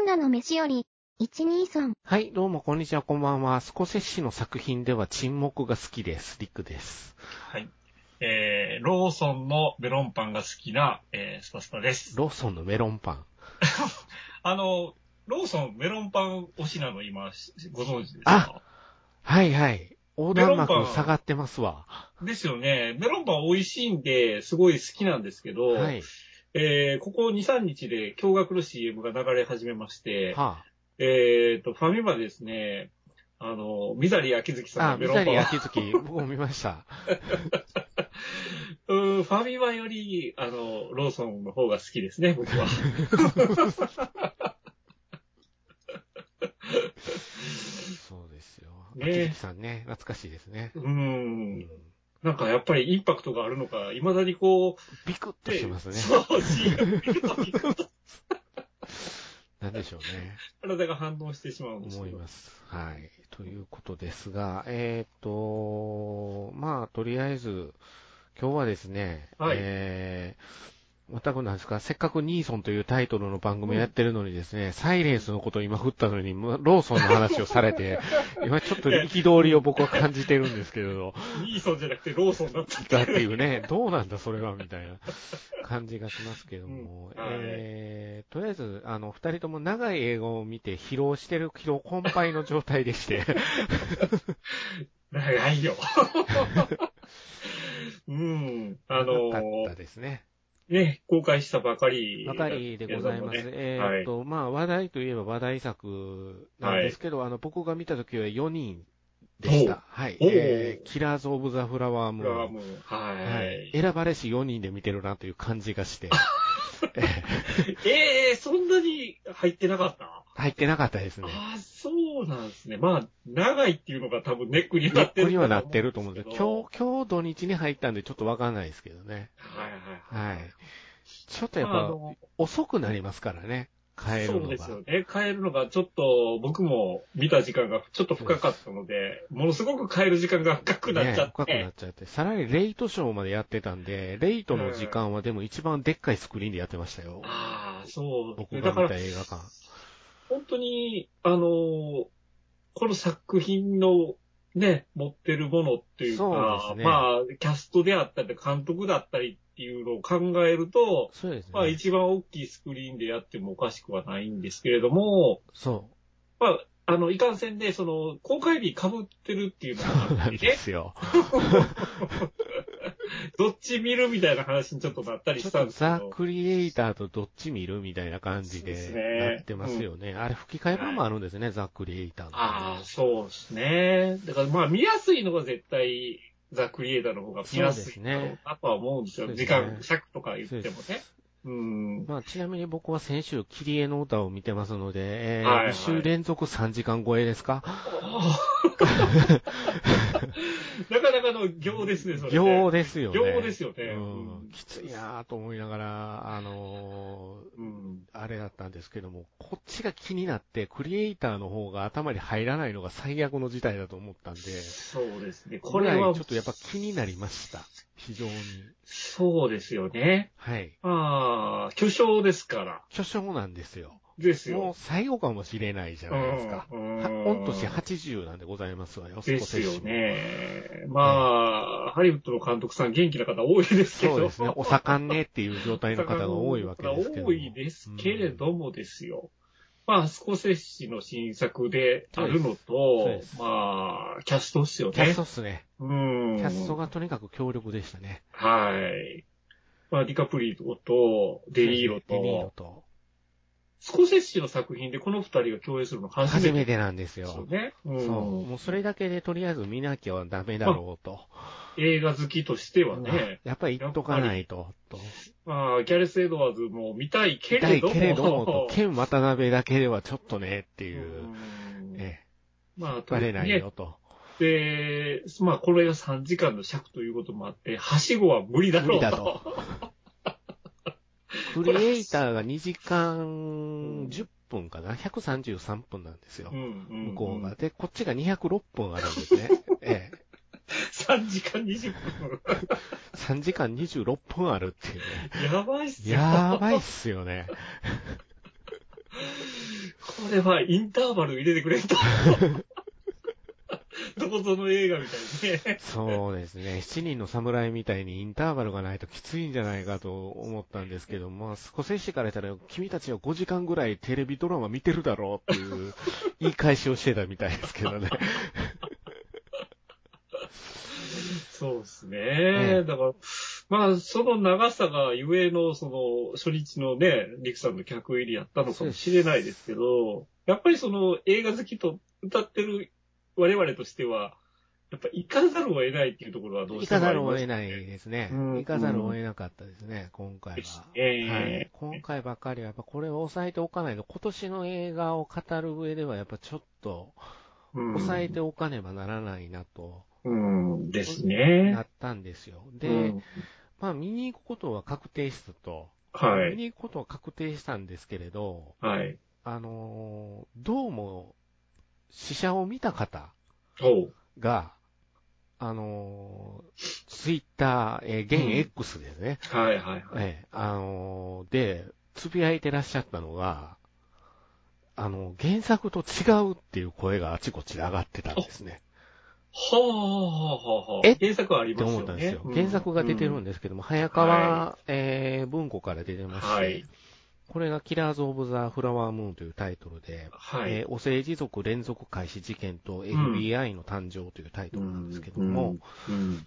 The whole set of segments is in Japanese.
ンナの飯より、123。はい、どうも、こんにちは、こんばんは。スコセッシの作品では沈黙が好きです。リックです。はい。えー、ローソンのメロンパンが好きな、えー、スパスパです。ローソンのメロンパン。あの、ローソンメロンパン推しなの今、しご存知ですかはいはい。横断幕メロンパン下がってますわ。ですよね。メロンパン美味しいんで、すごい好きなんですけど、はい。えー、ここ2、3日で驚愕の CM が流れ始めまして、はえーと、ファミマでですね、あの、ミザリー秋月さあ、あ、んのメ三ロンパン谷を明月、僕も見ました。うーんファミマより、あの、ローソンの方が好きですね、僕 は。そうですよ。ね秋月さんね、懐かしいですね。うーうんん。なんかやっぱりインパクトがあるのか、未だにこう、ビクッとしてますね。そう、CM 見るとビクッとなんでしょうね。体が反応してしまうんです思けいど。ます。はい。ということですが、えっ、と、まあ、とりあえず、今日はですね、はいえー、全くなんですか、せっかくニーソンというタイトルの番組をやってるのにですね、サイレンスのことを今振ったのに、まローソンの話をされ て、今ちょっと憤りを僕は感じてるんですけれど、ニーソンじゃなくてローソンだっただっていうね、 どうなんだそれはみたいな感じがしますけども、うんはいえー、とりあえず、あの、二人とも長い映画を見て疲労してる、疲労困憊の状態でして、長いよ。うん。あのだったですね。ね、公開したばかり。ばかりでございます。えーっと、まあ、話題といえば話題作なんですけど、あの、僕が見た時は4人でした。はい。おうえーキラーズ・オブ・ザ・フラワーけムれどーもン。ねはい。ははいい。。選ばれし4人で見てるなという感じが して、ええそんなに入ってなかった入ってなかったですね。ああ、そうなんですね。まあ、長いっていうのが多分ネックにネなッってる。クにはなってると思うんですけど、日。今日、今日土日に入ったんでちょっとわかんないですけどね。はいはいはい。ちょっとはい。やっまああぱ、の遅くなりますからね。帰るそうのでがす。よね。変えるのがちょっと、僕も見た時間がちょっと深かったので、ものすごく変える時間が深くなっちねゃっ深くて。なっちゃって。さらにレイトショーまでやってたんで、レイトの時間はでも一番でっかいスクリーンでやってましたよ。ああ、そうです僕ね。がだか見らた、映画館。本当に、あのーこの作品の、ね、持ってるものっていうそうでか、すねまあ、キャストであったり、監督だったりっていうのを考えると、そうですね。まあ、一番大きいスクリーンでやってもおかしくはないんですけれども、そまあ、あの、いかんせんで、その、公開日被ってるっていうう。のそがあってうなんねですよ。どっち見るみたいな話にちょっとなったりちょしったとんですけザ・ど。クリエイターとどっち見るみたいな感じそうですでねなってますよね。あれ吹き替え版もあるんですね、ザ・クリエイターの。ああ、そうですね。だからまあ見やすいのが絶対、ザ・クリエイターの方が見やすいだろうなとは思うんですよ。そうで時すね間、尺とか言ってもそうでねす。うん。まあ、ちなみに僕は先週、キリエの歌を見てますので、えーはいはい2週連続3時間超えですかなかなかの行ですね、それ、ね。行ですよね。行ですよね。うん、きついなぁと思いながら、あのうん。ーあれだったんですけども、こっちが気になって、クリエイターの方が頭に入らないのが最悪の事態だと思ったんで、そうですね。ここれれははちょっ、とやっぱ気になりました。非常に。そうですよね。はい。まあ、巨匠ですから。巨匠なんですよ。ですもうよ。最後かもしれないじゃないですか。うんは御年80なんでございますわよ、ですよ少しもね。まあ、ハリウッドの監督さん元気な方多いですけど。そうですね。お盛んねっていう状態の方が多いわけです けども。多いですけれどもですよ。まあ、スコセッシの新作であるそのうとです、まあ、キャストっすよね。キャストっすね。うん。キャストがとにかく強力でしたね。はい。まあ、ディカプリオと、デニーロデニーロと、と。スコセッシの作品でこの二人が共演するの初初めめててなんですですよよ。ね。うんそう。もうそれだけでとりあえず見なきゃダメだろうと。映画好きとしてはね、やっぱり言っとかないと。とまあ、ギャレス・エドワーズも見たいけ痛れいども、けれどもと、剣渡辺だけではちょっとねっていう。うんえまあ、え、バレないよと。で、まあ、これが3時間の尺ということもあって、はしごは無理だろ無うと。理だと。クリエイターが2時間10分かな ?133 分なんですよ う。んうん向こうが。。で、こっちが206分あるんです ね。ええ。 3時間20分。 3時間26分ある っていうね。やばいっすよ。やばいっすよね。これはインターバル入れて くれんと。どこぞの映画みたいにね。そうですね。七人の侍みたいにインターバルがないときついんじゃないかと思ったんですけど、まあ、スコセッシからしたら、君たちは5時間ぐらいテレビドラマ見てるだろうっていう言い返しをしてたみたいですけどね。そうですね。ええだから、まあ、その長さがゆえの、その、初日のね、リクさんの客入りやったのかもしれないですけど、やっぱりその、映画好きと歌ってる我々としては、やっぱ行かざるを得ないっていうとこ ろはどう行してかもざありるをます得ないですね。うん行かざるを得なかったですね、今回ですは。ねはい、今回ばかりは、やっぱこれを抑えておかないと、今年の映画を語る上では、やっぱちょっと、うん抑えておかねばならないなと、うん、ですなね。ったんですよ。うで、んまあ見に行くことは確定したと、は見い。に行くことは確定したんですけれど、はい。あのーどうも、死者を見た方ほう。が、あのーツイッター、えーうん現 X ですね。はいはいはい。ええ、あのーで、つぶやいてらっしゃったのが、あの、原作と違うっていう声があちこちで上がってたんですね。はあ、はあ、はあ、はあ。え原作はありってますよね。思ったんですよ。うん原作が出てるんですけども、早川、えー文庫から出てまして、はいこれがキラーズ・オブ・ザ・フラワームーンというタイトルで、はい。えーお政治族連続開始事件と FBI の誕生というタイトルなんですけども、うん、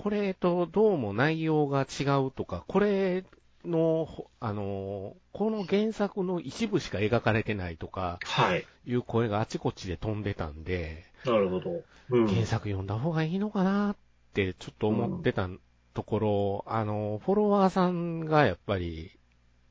これとどうも内容が違うとか、これの、ほあのー、この原作の一部しか描かれてないとかはい。いう声があちこちで飛んでたんで、なるほど。うん原作読んだ方がいいのかなってちょっと思ってたところ、あの、フォロワーさんがやっぱり、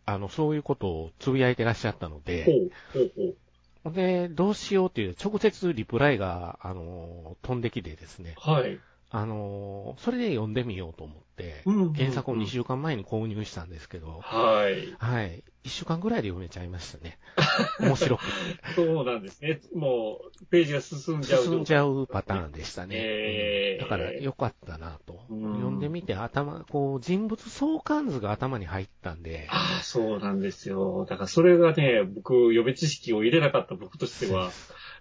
あの、そういうことをつぶやいてらっしゃったのほで、う、ほう、ほう。ほんで、どうしようっていう直接リプライが、あの、飛んできてですね、はい。あの、それで読んでみようと思って、うん原作を2週間前に購入したんですけど、はい。はい。1週間ぐらいで読めちゃいましたね。面白くそうなんですね。もう、ページが進 んじゃう。進んじゃうパターンでしたね。えーうんだから良かったなと。うん読んでみて頭、こう人物相関図が頭に入ったんで、ああ、そうなんですよ。だからそれがね、僕、予備知識を入れなかった僕としては、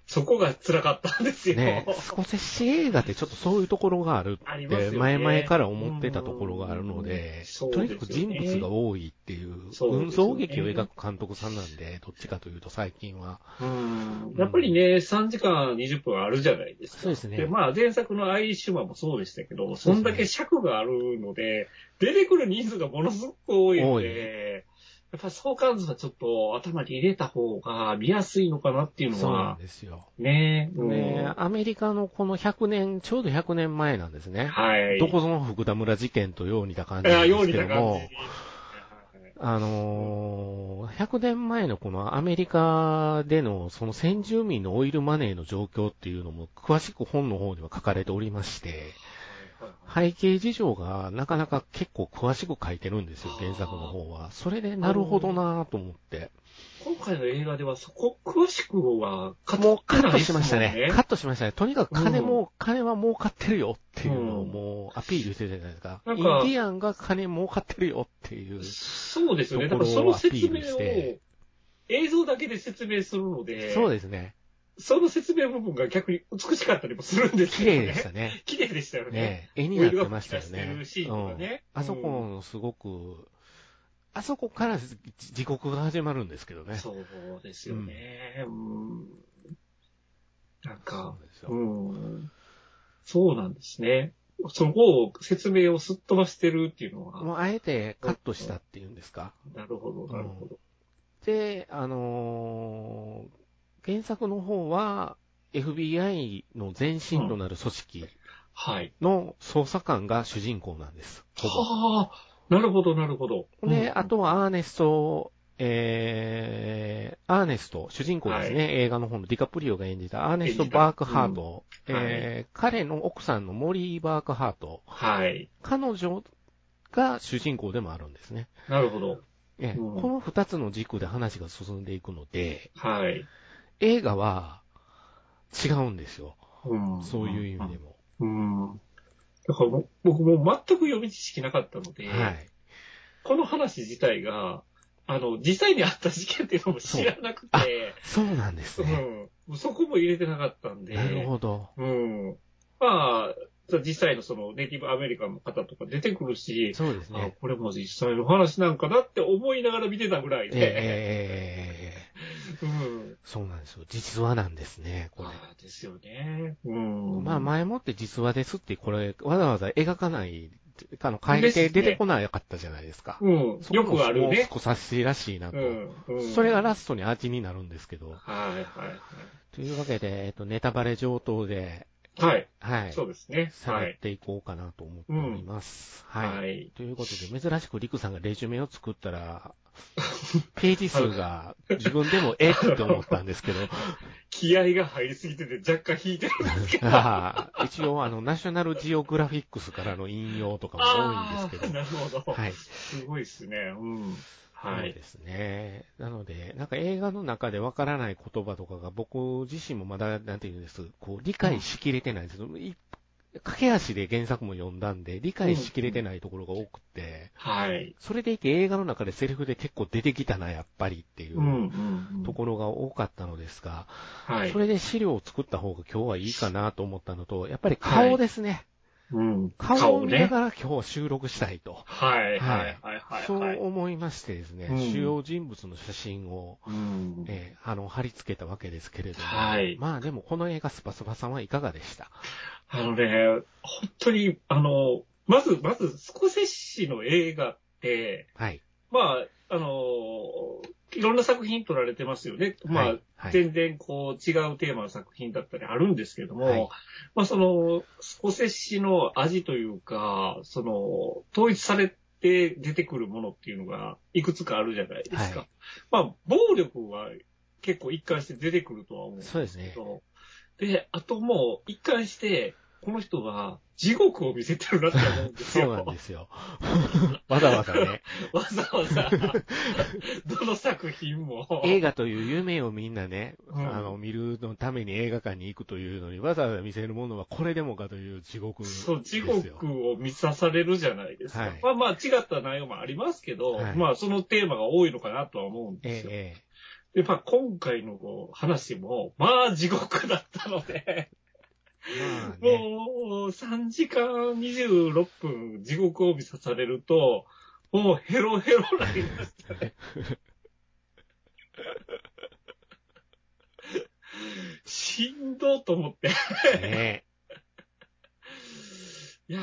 そこが辛かったんですよ。ね、スコセッシ映画ってちょっとそういうところがあるありっますよて、ね前々から思ってたところがあるのうでん、そうとですよにねかく人物が多いっていう、そうですよね運送劇を描く監督さんなんで、どっちかというと最近は、うんやっぱりね、3時間20分あるじゃないですか。そうですねで、まあ前作のアイシュマンもそうでしたけど、そんだけ尺があるので、出てくる人数がものすごく多いので、やっぱ相関図はちょっと頭に入れた方が見やすいのかなっていうのそうなんは、ですよ。ね、うんね、アメリカのこの100年、ちょうど100年前なんですね。はい。どこぞの福田村事件とよう似た感いじなや、んでようすにけたど感じ。も、あのー、100年前のこのアメリカでのその先住民のオイルマネーの状況っていうのも詳しく本の方では書かれておりまして、背景事情がなかなか結構詳しく書いてるんですよ、原作の方は。それでなるほどなぁと思って。今回の映画ではそこ詳しくは語もうカってッないトでしすもまんしたね。カットしましたね。とにかく金も、金は儲かってるよっていうのをもうアピールしてたじゃないですか。なんインかディアンが金儲かってるよっていう。そうですよね。とだこかろらをその説アピール明しをて、映像だけで説明するので、そうですね。その説明部分が逆に美しかったりもするんです綺よね。麗でしたね。綺麗でしたよね。ね絵になってましたよオイルが噴き出ねしてる。シーンとかねうんあそこのすごく、あそこからじ地獄が始まるんですけどね。そうですよね。うん。なんかそ、うですうよ。ん。そうなんですね。そこを説明をすっ飛ばしてるっていうのは、もうあえてカットしたっていうんですか。なるほど、なるほど。で、あのー原作の方は FBI の前身となる組織はい。の捜査官が主人公なんです。ほぼはあ、なるほど、なるほど。で、あとはアーネスト、えー、アーネスト、主人公ですね、映画の方のディカプリオが演じたアーネスト・演じたバークハート、うんえー彼の奥さんのモリー・バークハート、はい。彼女が主人公でもあるんですね。なるほど。ええうんこの二つの軸で話が進んでいくので、はい。映画は違うんですよ。うんそういう意味でも。うん。だからもう僕もう全く予備知識なかったので、はい。この話自体が、あの、実際にあった事件っていうのも知らなくて、そうなんですうね。ん。そこも入れてなかったんで。なるほど。うん。まあ、実際のそのネイティブアメリカンの方とか出てくるし、そうですあね。これも実際の話なんかなって思いながら見てたぐらいえええで、えええうん。そうなんですよ。実話なんですね、これ。ああですよね。うん。まあ、前もって実話ですって、これ、わざわざ描かない、あの、改定ですね出てこなかったじゃないですか。うん。そこよくあるもうね。少し差しらしいなとう。ん。うんそれがラストに味になるんですけど。はいはいというわけで、えっと、ネタバレ上等で、はい。はい。はい。そうですね。は探っい。ていこうかなと思っております。はい。い。ということで、珍しくリクさんがレジュメを作ったら、 ページ数が自分でもえって思ったんですけど、 気合が入りすぎてて若干引いてるんですけど。ああ一応、あの、ナショナルジオグラフィックスからの引用とかも多いんですけあーど、なるほど。はい。すごいですね。うん。はそうい。ですね。なので、なんか映画の中でわからない言葉とかが僕自身もまだ、なんていうんです、こう、理解しきれてないんですよ。い駆け足で原作も読んだんで、理解しきれてないところが多くて、はい。。それでいて映画の中でセリフで結構出てきたな、やっぱりっていううんうん。ところが多かったのですが、はいそ。れで資料を作った方が今日はいいかなと思ったのと、やっぱり顔ですね。うん。顔を見なね。がら今日は収録したいと。はい。はい。はい。はい。はそうい。思いましてですね、うん主要人物の写真を、うん。えーあの、貼り付けたわけですけれども、はいまあでもこの映画スパスパさんはいかがでしたあのね、本当に、あの、まず、まず、スコセッシの映画って、はい。まあ、あの、いろんな作品撮られてますよね。まあ、はいはい全然こう違うテーマの作品だったりあるんですけども、はいまあその、スコセッシの味というか、その、統一されて出てくるものっていうのがいくつかあるじゃないですか。はまあ、暴力は結構一貫して出てくるとは思うんですそうですねけ。ど、で、あともう一貫して、この人は地獄を見せてるなって思うんです そよ。うなんですよ。わざわざね、 わざわざ、どの作品 も。映画という夢をみんなね、うんあの、見るのために映画館に行くというのに、わざわざ見せるものはこれでもかという地獄ですよ。そう、地獄を見さされるじゃないですか。はいまあまあ、違った内容もありますけど、はいまあ、そのテーマが多いのかなとは思うんえですえよ。ええで、まあ、今回の話も、まあ、地獄だったので、まあね、もう、3時間26分、地獄を見さされると、もうヘロヘロなりまし たね。しんどーと思って。ねいや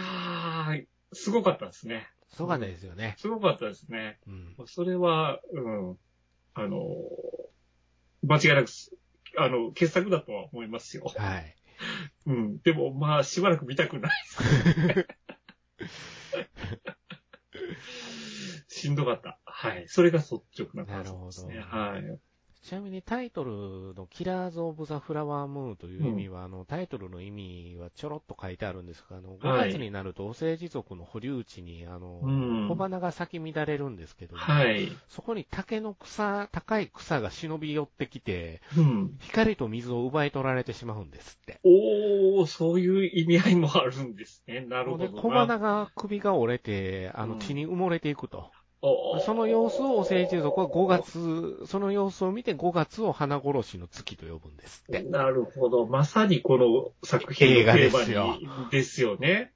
ー、すごかったですね。そうがないですよね。すごかったですね。うん。それは、うん、あのー、間違いなくす、あの、傑作だとは思いますよ。はい。うん。でも、まあ、しばらく見たくないです。しんどかった。はい。それが率直な感想ですね。なるほはい。ちなみにタイトルのキラーズ・オブ・ザ・フラワームーンという意味は、あの、タイトルの意味はちょろっと書いてあるんですが、あの、は5い月になると、お政治族の保留地に、あの、うん小花が咲き乱れるんですけど、はい。そこに竹の草、高い草が忍び寄ってきて、うん。光と水を奪い取られてしまうんですって。おー、そういう意味合いもあるんですね。なるほで、ど。小花が首が折れて、あの、うん血に埋もれていくと。おーその様子を、お政治族は5月、その様子を見て5月を花殺しの月と呼ぶんですって。なるほど。まさにこの作品の映画テでーマすよにですよね。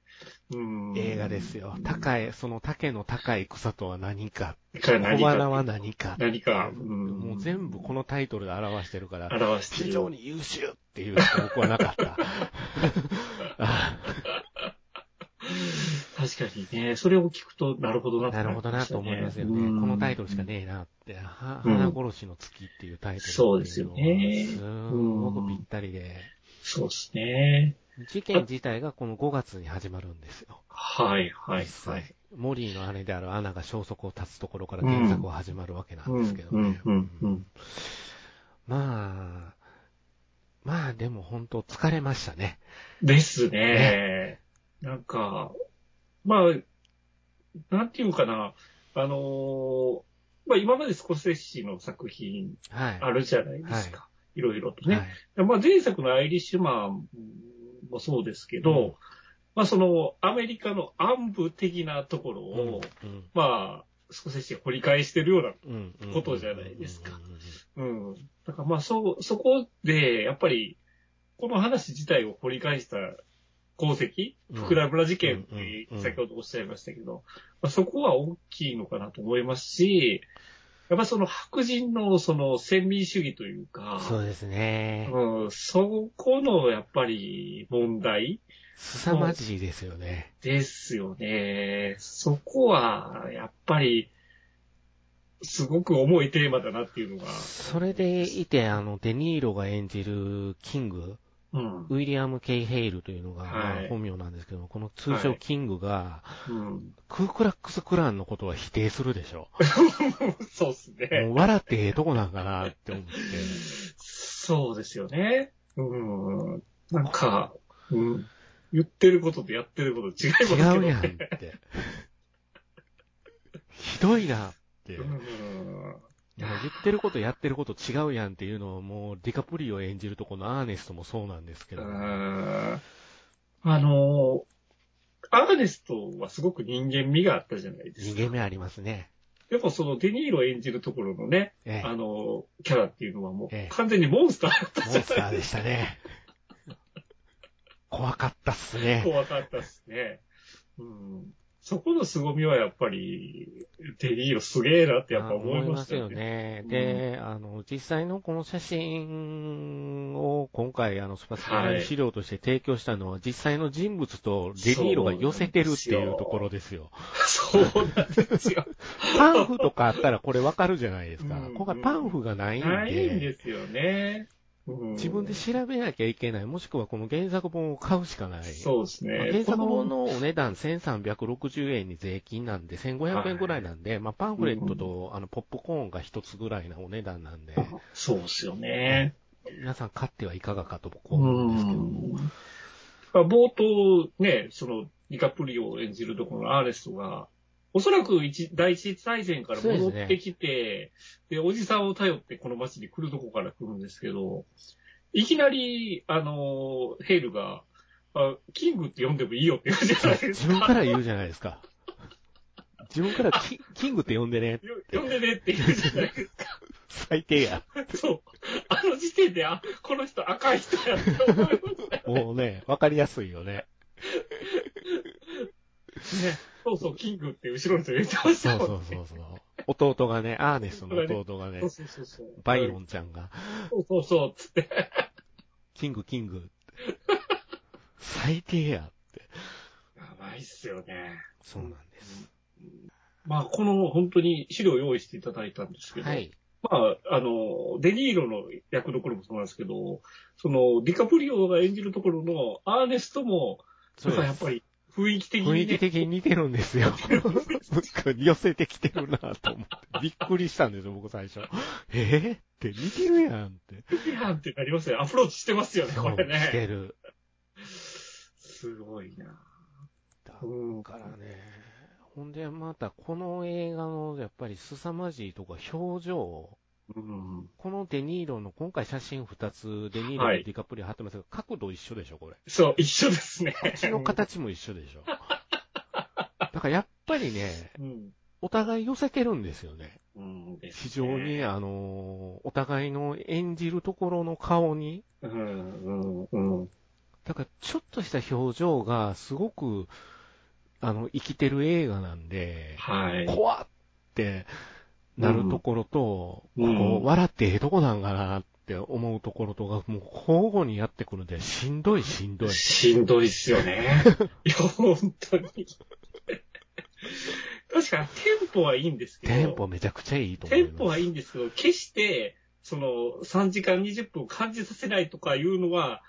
うん。映画ですよ。高い、その竹の高い草とは何か、か小何花か、は何か、何か、うんもう全部このタイトルで表してるから、表して非る。常に優秀っていうしか僕はなかっ た。 あ確かにね、それを聞くと、なるほどな、なるほどなと思いますよね。このタイトルしか。ねえなって、はうん花殺しの月っていうタイトルっていのがそうですよねすごくぴったりで、そうですね。事件自体がこの5月に始まるんですよ。はい、はい、実はい。際。モリーの姉であるアナが消息を絶つところから原作は始まるわけなんですけどうねん、。うん、うん。まあ、まあでも本当疲れましたね。ですね。なんか、まあ、なんていうかな、あのーまあ今までスコセッシの作品はい。あるじゃないですか。い、ろいろとね。はいまあ前作のアイリッシュマンもそうですけど、まあそのアメリカの暗部的なところうんを、うんまあ、スコセッシが掘り返してるようなうんうんことじゃないですかうんうんうんうん。だからまあそ、そこで、やっぱり、この話自体を掘り返した功績、うん福良村事件ってうんうん先ほどおっしゃいましたけど、まあ、そこは大きいのかなと思いますし、やっぱその白人のその先民主義というか、そうですね。うん、そこのやっぱり問題凄まじいですよね。ですよね。そこはやっぱり、すごく重いテーマだなっていうのが、それでいて、あの、デニーロが演じるキング、うん。ウィリアム・ケイ・ヘイルというのが、はいまあ本名なんですけども、この通称キングが、うんクークラックス・クランのことは否定するでしょ。そうっすもねう。笑ってええとこなんかなって思って。 そうですよね。うん。なんか、うん。言ってることとやってること違いますけど違うね。やんって。 ひどいなって。う。もうん言ってることやってること違うやんっていうのをもうディカプリオ演じるとこのアーネストもそうなんですけど。うんあの、アーネストはすごく人間味があったじゃないです逃か。げ目ありますね。でもそのデニーロ演じるところのね、ええ。あの、キャラっていうのはもええう完全にモンスターだったモじンスゃタなーいでですしたね。怖かったっすね。怖かったですね。うん。そこの凄みはやっぱり、デニーロすげえなってやっぱ思いましたあよ思ね。ね。で、あの、実際のこの写真を今回、あの、スパスパの資料として提供したのは、実際の人物とデニーロが寄せてるっていうところですよ。 そうなんですよ。 パンフとかあったらこれわかるじゃないですか。うん今回パンフが ないんで。ないんですよね。うん自分で調べなきゃいけない。もしくはこの原作本を買うしかない。そうですまあね。原作本このお値段1360円に税金なんで、1500円ぐらいなんで、まあパンフレットとあのポップコーンが一つぐらいのお値段なんで、の。そうですよね。皆さん買ってはいかがかと僕はう思うんですけどんも。。まあ冒頭ね、その、ディカプリオを演じるところのアーレストが、おそらく一第一次大戦から戻ってきて、でおじさんを頼ってこの街に来るとこから来るんですけど、いきなり、あの、ヘイルが、あキングって呼んでもいいよって言うじゃないで自す分か。から言うじゃないですか。自分からキキングって呼んでね、よ呼んでねって言うじゃないですか。最低や。そう。あの時点で、あ、この人赤い人やって思いましたよもうね、わかりやすいよね。ね。そうそう、キングって後ろの人言ってましそたうもそんね。うそうそう。弟がね、アーネストの弟がねそう、そうそうそう。バイロンちゃんが、そうそうそう、つって。キングキングって。最低や。やばいっすよね。そうなんです。まあ、この本当に資料を用意していただいたんですけど、はい。まあ、あの、デニーロの役どころもそうなんですけど、その、ディカプリオが演じるところのアーネストも、そなうんかやでっすぱり雰囲気的に、雰ね、囲気的に似てるんですよ。僕寄せてきてるなと思って。びっくりしたんですよ、僕最初。えー、って似てるやんって。的なってなりますよね。アプローチしてますよね、これ似ね。てる。すごいな。だうん。からね。ほんで、また、この映画の、やっぱり、凄まじいとか、表情。うん。このデニーロの、今回写真2つ、デニーロはといディカプリオ貼ってますけど、角度一緒でしょ、 これ。そう、一緒ですね。口の形も一緒でし ょ。だから、やっぱりね、うん。お互い寄せてるんですよね。うんです非ね常に、。あのー、お互いの演じるところの顔に、うん、うん、うん。だからちょっとした表情がすごく、あの、生きてる映画なんで、はい。怖ってなるところと、うんこうんう、笑ってええとこなんかなって思うところとが、もう交互にやってくるんで、しんどいしんどい。しんどいっす よね。いや、本当に。確かに、テンポはいいんですけど、テンポめちゃくちゃいいと思テいまンす。ポはいいんですけど、決して、その、3時間20分を感じさせないとかいうのは、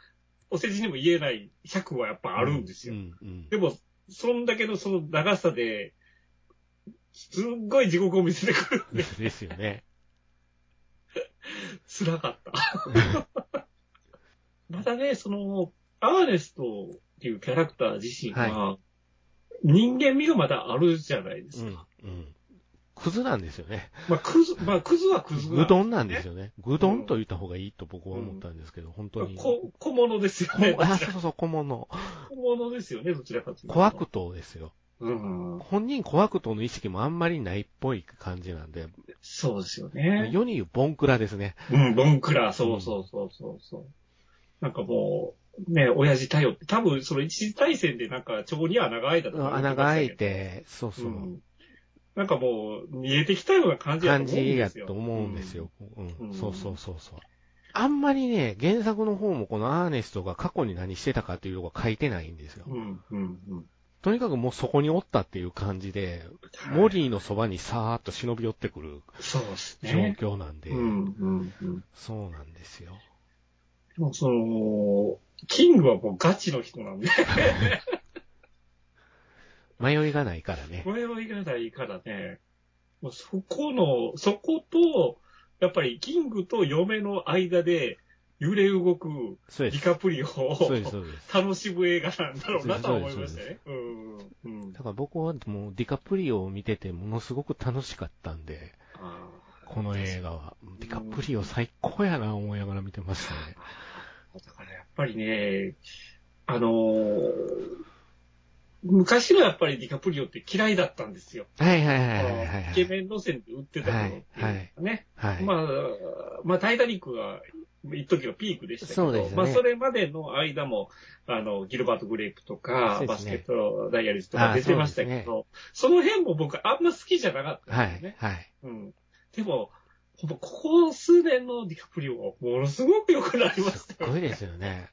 お世辞にも言えない100はやっぱあるんですよ。うん、うん。でも、そんだけのその長さで、すっごい地獄を見せてくるんで、ですよ ね。辛かった。またね、その、アーネストっていうキャラクター自身が、人間味がまだあるじゃないでうすんか。、うん。クズなんですよね。まあ、クズ、まあ、クズはクズぐどんなんですよね。ぐどんと言った方がいいと僕は思ったんですけど、本当に。こ小物ですよね。こあ、そうそうそう、小物。小物ですよね、どちらかというと。小悪党ですよ。うん。本人怖くとの意識もあんまりないっぽい感じなんで、そうですよね。世に言うボンクラですね。うん、ボンクラ、そうそうそうそうそう。なんかもう、ね、親父頼って、多分その一時対戦でなんか腸に穴が開いたとか言穴ってまがした開けいどて、そうそうう、ん。なんかもう、見えてきたような感じや感と思じうんでやすよ。と思うんですよ。う、うんんそうそうそうそう。あんまりね、原作の方もこのアーネストが過去に何してたかっていうのが書いてないんですよう。ん。うん、うん、とにかくもうそこにおったっていう感じで、うん。モリーのそばにさーっと忍び寄ってくるそうです状ね。況なんで、うん、うん、うん。でそうなんですよ。もその、キングはもうガチの人 なんで、迷いがないからね。迷いがないからね、もうそこの、そこと、やっぱりキングと嫁の間で揺れ動くそうでディす。カプリオをそうです、そうです。 楽しむ映画なんだろうなとは思いましたね。うん。うんだから僕はもうディカプリオを見ててものすごく楽しかったんで、あこの映画は。ディカプリオ最高やな思いながら見てましたね。ーだからやっぱりね、あのー昔のやっぱりディカプリオって嫌いだったんですよ。はいはいはいはいはいイはケい。メン路線で売ってた頃っていうかね。はい。まあ、まあ、タイタニックが、一時のピークでしたけど、そうですねまあ、それまでの間も、あの、ギルバート・グレープとか、そうでバすスねケット・ダイアリーズとか出てましたけあど、その辺も僕あんま好きじゃなかったはんですよいね。はい。うん。でも、ほんまここ数年のディカプリオはものすごく良くなりましすたっよごね。いですよね。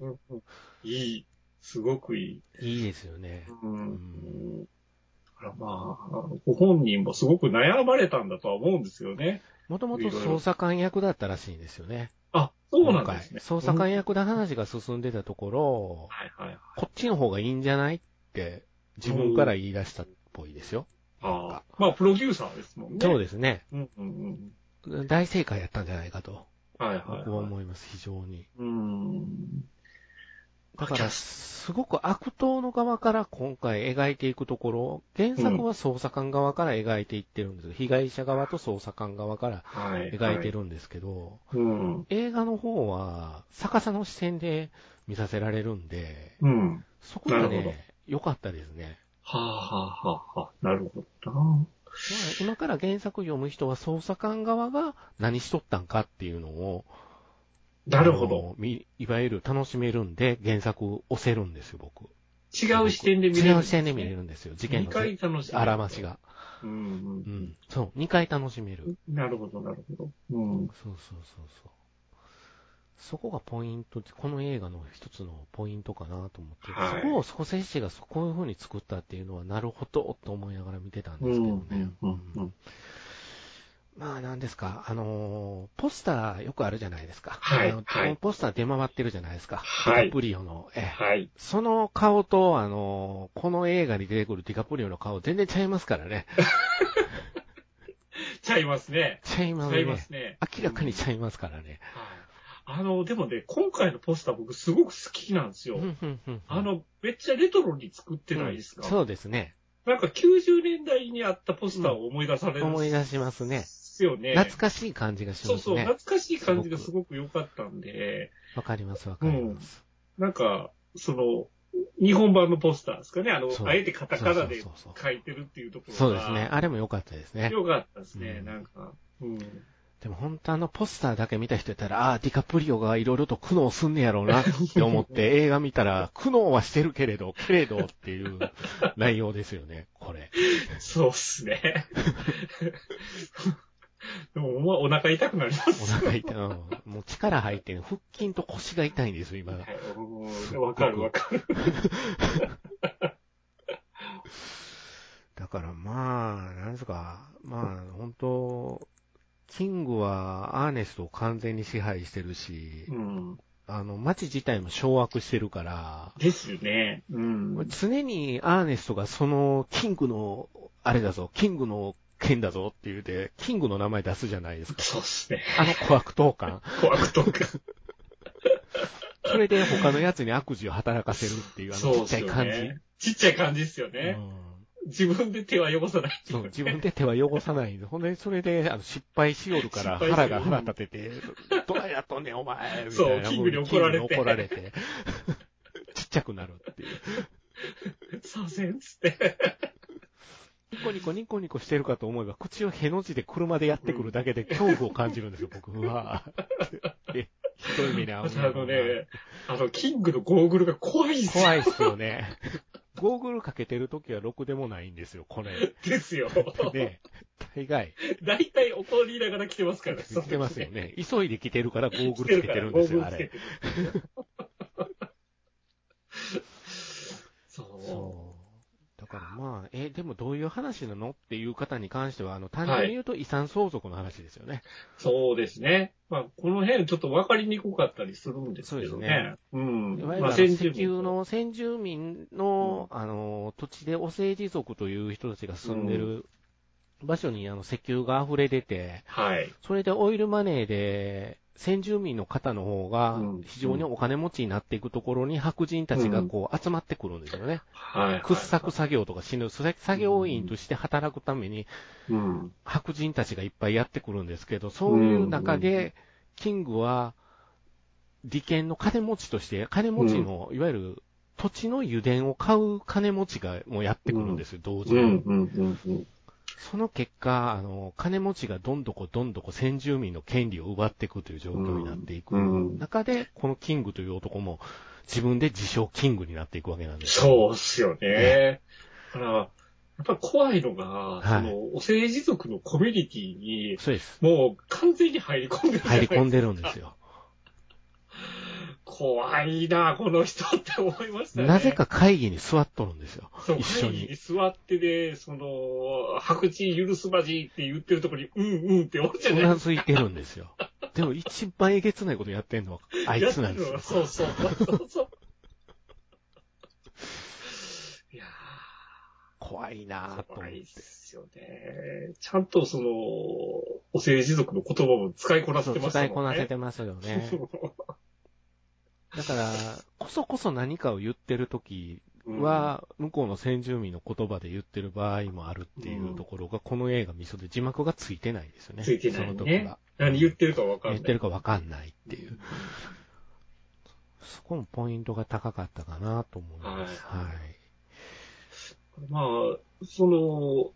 うんうんいい。すごくいい。いいですよね。うん。んだからまあ、ご本人もすごく悩まれたんだとは思うんですよね。もともと捜査官役だったらしいんですよね。あ、そうなんですね。今回捜査官役で話が進んでたところ、はいはいはい。こっちの方がいいんじゃないって自分から言い出したっぽいですよ。なんあかあ。まあ、プロデューサーですもんね。そうでですね。す。うんうんうん。大正解やったんじゃないかと、はいはい、僕ははい。思います、非常に。うん。だから、すごく悪党の側から今回描いていくところ、原作は捜査官側から描いていってるんですよ。被害者側と捜査官側からはい。描いてるんですけど、はい。うん。映画の方は逆さの視線で見させられるんで、うん。はそこがなるほどね、良かったですね。あ、はあはあはあ、なるほどな。まあ今から原作読む人は捜査官側が何しとったんかっていうのを、なるほあど。の。みいわゆる楽しめるんで、原作押せるんですよ、僕。違う視点で見れる、違う視点で見れるんですよ、事件二の回ぜ楽しめるとあらまし。が。うんうんううんん。そう、2回楽しめる。なるほど、なるほど。うん。そうそうそうそう。そこがポイントで、この映画の一つのポイントかなと思って、はいそこをスコセッシがこういう風に作ったっていうのは、なるほど、と思いながら見てたんですけどね。うんうんうんうんまあ、なんですか、あのーポスターよくあるじゃないですか。はいあのはいポスター出回ってるじゃないですか。はデいィカプリオの、ええはい。その顔と、あのーこの映画に出てくるディカプリオの顔、全然ちゃいますからね。ちゃいますね。ちゃいちますゃね。いますね。明らかにうんちゃいますからね。はい。あの、でもね、今回のポスター僕すごく好きなんですよ。うんうんうんうんあの、めっちゃレトロに作ってないですか、うんそうですね。なんか90年代にあったポスターを思い出される、思い出しますねで。すよね。懐かしい感じがしそうますそう、ね懐。かしい感じがすごく良かったんで、わかります、わかります。なんか、その、日本版のポスターですかね、あのそ、うあえてカタカナでそうそうそうそう書いてるっていうところが。そうですね。。あれも良かったですね。良かったですね、うんなんか。うん。でも本当あのポスターだけ見た人やったら、ああ、ディカプリオがいろいろと苦悩すんねやろうなっ て思って、映画見たら、苦悩はしてるけれど、けれどっていう内容ですよね、これ。そうっ すね。でも、まあお腹痛くなります。お腹痛い。うんもう力入ってね、腹筋と腰が痛いんですよ、今。はいうんわかるわかる。だからまあ、なんですか、まあ、本当キングはアーネストを完全に支配してるしう、ん。あの、街自体も掌握してるから、ですよね。うん。常にアーネストがその、キングの、あれだぞ、キングの剣だぞって言うて、キングの名前出すじゃないですか。そうっすね。あの小悪党感。怖くとか。それで他の奴に悪事を働かせるっていう、あの、ちっちゃい感じ。そうっすよねちっちゃい感じですよね。うん自分で手は汚さないっていそうう、ね。自分で手は汚さないんで、ほんで、それで、あの、失敗しよるから、失敗しよ腹るが腹立てて、どないやっとんねん、お前みたいな。そうキングに怒られて キングに怒られて。ちっちゃくなるっていう。左遷っつって。ニコニコニコニコしてるかと思えば、口をへの字で車でやってくるだけで恐怖を感じるんですよ、僕は。 え、ひどい目に遭まう。たあのね、あの、キングのゴーグルが怖いんですよ。怖いっすよね。ゴーグルかけてるときはろくでもないんですよ、これ。で すよ。ね、大概、大体怒りながら来てますから。言ってますよね。急いで来てるからゴーグゴールグルつつけけててるるんんでですすよ、よ、ああれれ。。そそう。だからまあ、え、でもどういう話なのっていう方に関しては、あの、単純に言うと遺産相続の話ですよね。う。そうですね。まあ、この辺ちょっと分かりにくかったりするんですけどね。うん。いわゆるあまあ、の先石住民油の先住民の、あの、土地でお政治族という人たちが住んでる場所に、あの、石油が溢れ出て、はい。それでオイルマネーで、先住民の方の方がうん非常にお金持ちになっていくところに白人たちがこう集まってくるんですよね。はい。掘削作業とか死ぬ、作業員として働くためにうん。白人たちがいっぱいやってくるんですけど、そういう中うんうんで、キングは、利権の金持ちとして、金持ちの、いわゆる土地の油田を買う金持ちがもうやってくるんですよ、同時うん、に。うん、うん。その結果、あの、金持ちがどんどこどんどこ先住民の権利を奪っていくという状況になっていくうん中で、このキングという男も自分で自称キングになっていくわけなんですよ。そうっすよね。だから、やっぱり怖いのが、いその、お政治族のコミュニティに、そうです。もう完全に入り込んでるじゃな入いりですか込んでるんですよ。怖いな、この人って思いましたね。なぜか会議に座っとるんですよ。そう、一緒会に議に座ってで、その、白人許すまじって言ってるところに、うんうんっておるじゃうないなですずいてるんですよ。でも一番えげつないことやってんのはか。あいつなんですやよっ。てるのはそうそうそ うそう。いや怖いーなぁと思怖っ。いってすよね。ちゃんとその、お政治族の言葉も使いこなせそうてました使もんね。いこなせてますよね。だから、こそこそ何かを言ってるとき うん、は、向こうの先住民の言葉で言ってる場合もあるっていうところが、この映画ミソで字幕がついてないですよね。ついてないねその時は。何言ってるかわかんな言い。ってるかわかんないっていう。そこもポイントが高かったかなと思います。はい。まあ、その、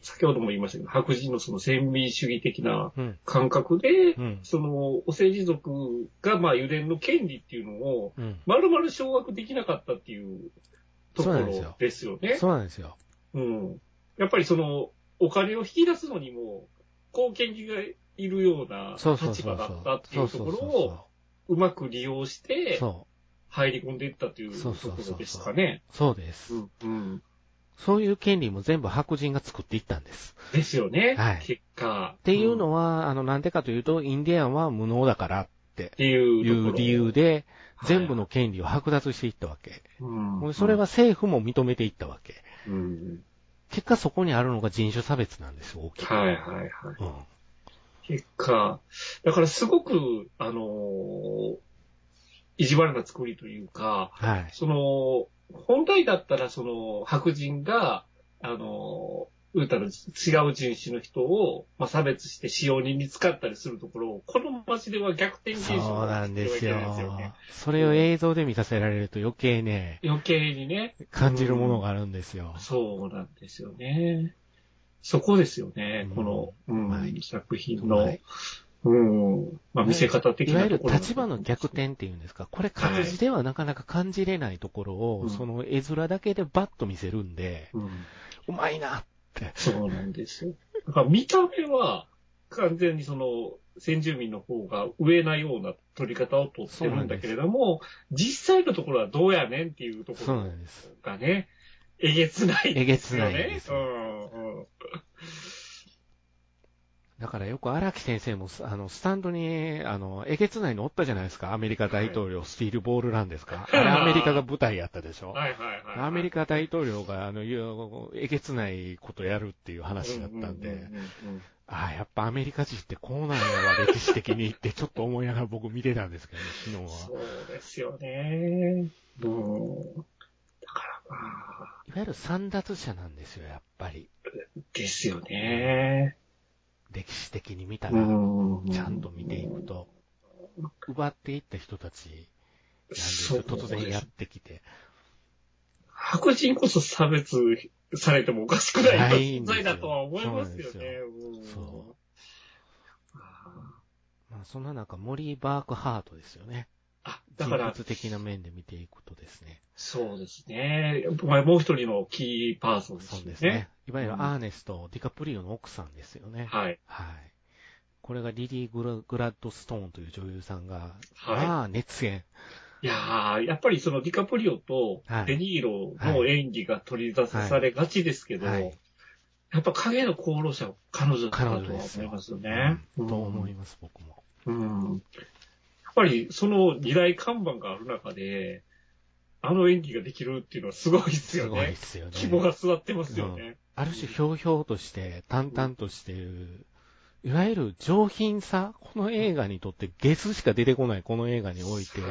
先ほども言いましたけど、白人のその先民主義的なうん。感覚で、うん。その、お政治族が、まあ、油田の権利っていうのを、うん。まるまる掌握できなかったっていうとそこうなんですろよですよね。そうなんですよ。うん。やっぱりその、お金を引き出すのにも、貢献金がいるようなそうそう立そ場うだそったうっ。ていそううとそこうろそうを、うまく利用して、そ入り込んでいったっていうそとうそうこそうそうろですかね。う。そうです、うんうんそういう権利も全部白人が作っていったんです。ですよね。はい結果。っていうのんっは、あの、なんでかというと、インディアンは無能だからってていういとこうろ理由で、はい全部の権利を剥奪していったわけ。うんそれは、政府も認めていったわけ。うん結果そこにあるのが人種差別なんですよ、大きく。はいはいはい。うん。結果、だからすごく、あのー意地悪な作りというか、はい。その、本来だったら、その、白人が、あのー、うたら違う人種の人を、まあ、差別して使用人に使ったりするところを、この街では逆転現象そうがなん起きてではいすけよないですよね。それを映像で見させられると余計ね、余計にね。感じるものがあるんですよ。そうなんですよね。そこですよねう。んこの、うんはいう作品まのい、うん、まあ、見せ方的いわなゆとるころなんです立けど場の逆転っていうんですか、これ活字ではなかなか感じれないところを、うんその絵面だけでバッと見せるんで、うんうまいなそうなんですよ。だから見た目は、完全にその、先住民の方が上なような取り方をとってるんだけれども、実際のところはどうやねんっていうとこそうろなんです。がね、えげつないですよね。えげつないですうんうんだからよく荒木先生も、あの、スタンドに、あの、えげつないのおったじゃないですか。アメリカ大統領、スティールボールなんです か。あれアメリカが舞台やったでしょ。はいはいはい。アメリカ大統領が、あの、いうえげつないことやるっていう話だったんうで、ううんうんああ、やっぱアメリカ人ってこうなんやわ、歴史的にってちょっと思いながら僕見てたんですけど、昨日は。そうですよね。うん。だからまあ、いわゆる三奪者なんですよ、やっぱり。ですよね。歴史的に見たら、うんちゃんと見ていくと、奪っていった人たちなんですよ、突然やってきて。白人こそ差別されてもおかしくなないいん存ですよ在だとは思いますよそうなんねで。うんそあまあ、そんな中、森バークハートですよね。ーあ、だ人から、物的な面で見ていくとですね。そうですね。まあもう一人のキーパーソンですそうね。ですね。いわゆるアーネスト、ディカプリオの奥さんですよね。はい。はい。これがリリー・グラグラッドストーンという女優さんが、はいまあ、熱演。いやー、やっぱりそのディカプリオとはいデニーロの演技が取り出されがちですけど、はい。やっぱ影の功労者は彼女だと彼は女思いですよますよね。うんとうん思います、僕も。うんやっぱりその二大看板がある中で、あの演技ができるっていうのはすごいですすよごいでね。すよね。肝が座ってますよね。ある種、ひょうひょうとして、淡々としてる、いわゆる上品さ、この映画にとってゲスしか出てこないこの映画において、はい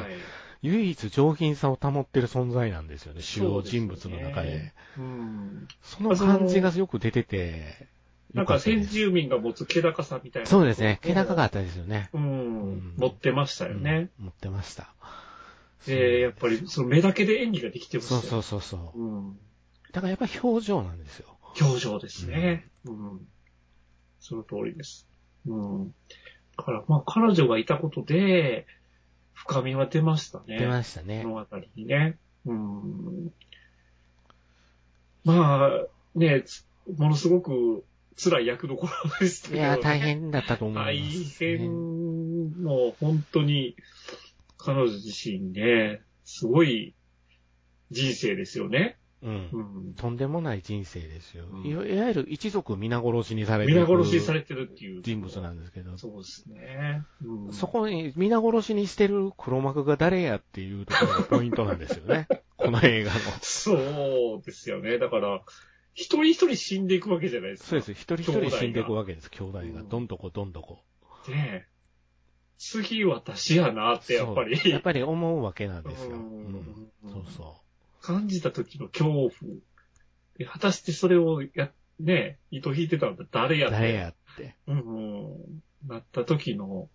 唯一上品さを保ってる存在なんですよね、主そう要ですよ人ね物の中で。うんその感じがよく出てて、なんよかかったで先す住民が持つ気高さみたいな。そうですね、気高かったですよね。うん。持ってましたよね。うん持ってました。で、やっぱりその目だけで演技ができてましたそようね。そうそうそう。うんだからやっぱり表情なんですよ。表情ですね。うん。その通りです。うん。だから、まあ、彼女がいたことで、深みは出ましたね。出ましたね。物語にね。うん。まあ、ね、つものすごく辛い役どころでしたけいど、や、大。変だったと思います、大変、もう本当に、彼女自身ね、すごい人生ですよね。うんう。ん。とんでもない人生ですよ。うんいわいわゆる一族皆殺しにされて皆殺しにされれてるっていう。人物なんですけど、そうですね。うん、そこに皆殺しにしてる黒幕が誰やっていうところがポイントなんですよ ね。この映画の。そうですよね。だから、一人一人死んでいくわけじゃないですか。そうです。一人一人死んでいくわけです、兄弟弟がが。どんどこどんどこ。す。ね次私やなって、やっぱり。そうやっぱり思うわけなんですよ。ううんんそうそ感じた時の恐怖。で果たしてそれをや、ね、糸引いてたのって誰やう。って誰やって。うんうん。なった時の、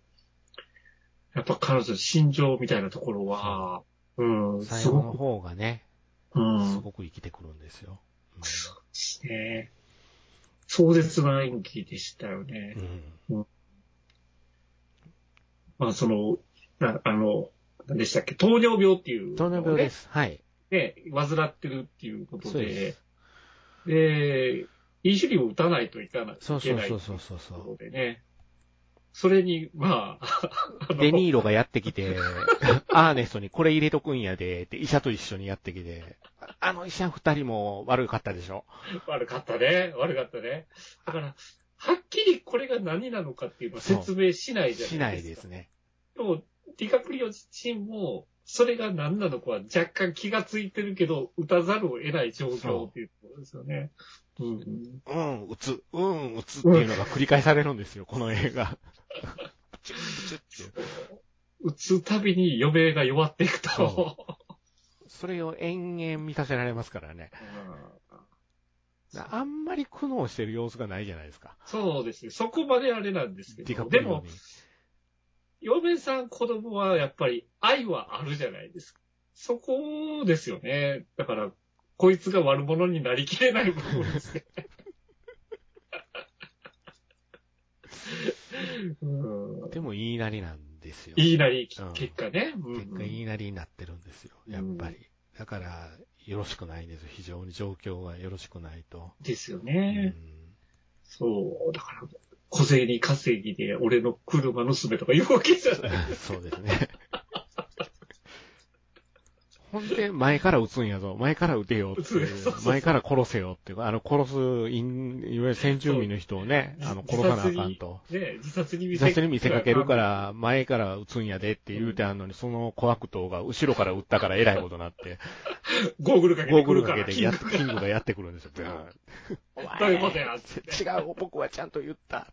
やっぱ彼女の心情みたいなところは、うん、最す後のごく、方がね、うんす、ごく生きてくるんですよ。ね。壮絶な演技でしたよねう。ん。まあ、その、なあの、何でしたっけ、糖尿病っていう、糖尿病で。す。はい。ね、患ってるっていうことそうでで、で、インシュリンを打たないといかない。そういけそうないそうそうそうそとうこ。ろでね。それに、まあ、あのデニーロがやってきて、 アーネストにこれ入れとくんやで、って医者と一緒にやってきて、あの医者二人も悪かったでしょ。悪かったね。悪かったね。だから、はっきりこれが何なのかっていうのは説明しないじしゃなないいでですか。すね。でも、ディカプリオ自身も、それが何なのかは若干気がついてるけど、打たざるを得ない状況っていうところですよね。うん。うん、打つ、うん、打つっていうのが繰り返されるんですよ、この映 画。打つたびに余命が弱っていくと そ。それを延々見させられますからね。うんあんまり苦悩してる様子がないじゃないですか。そうですね。そこまであれなんですけディカど。プでリオもに、。嫁さん子供はやっぱり愛はあるじゃないですか。そこですよね。だから、こいつが悪者になりきれない部分ですね。 うんでも言いなりなんですよ。言いなり、うん結果ね。うん結果言いなりになってるんですよ、やっぱり。だから、よろしくないんですよ。非常に状況がよろしくないと。ですようね。んそう。だから、小銭稼ぎで俺の車盗めとか言うわけじ ゃない。そうですね。ほんで、前から撃つんやぞ。前から撃てよっていう撃つそうそうそう前から殺せよっていう。あの、殺す、いんいわゆる先住民の人をね、そうあの、殺さなあかんと。ね自殺に見自せ殺に見せかけるか。ら、前から撃つんやでって言うてあんのに、その小悪党が後ろから撃ったからえらいことにな って、ゴーグルかけゴーてグくルるかかけら。てやっ、キングがやってくるんですよ。ブーンどういうことやって違う、僕はちゃんと言った。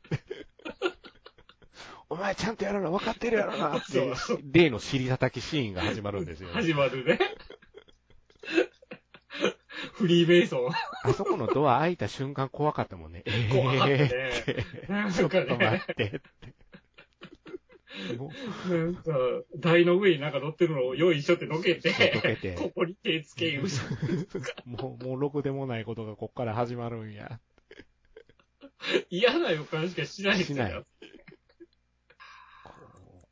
お前ちゃんとやるの分かってるやろなっていうそう、例の尻叩きシーンが始まるんですよ、ね。始まるね。フリーベイソン。あそこのドア開いた瞬間怖かったもんね。えー怖かったね。なんちょっかと待ね、って。もなんか、台の上になんか乗ってるのを用意しとってのけそうのけてて、ここに手つけ言うしう、もう、もうろくでもないことがこっから始まるんや。嫌な予感しかしないですしないよ。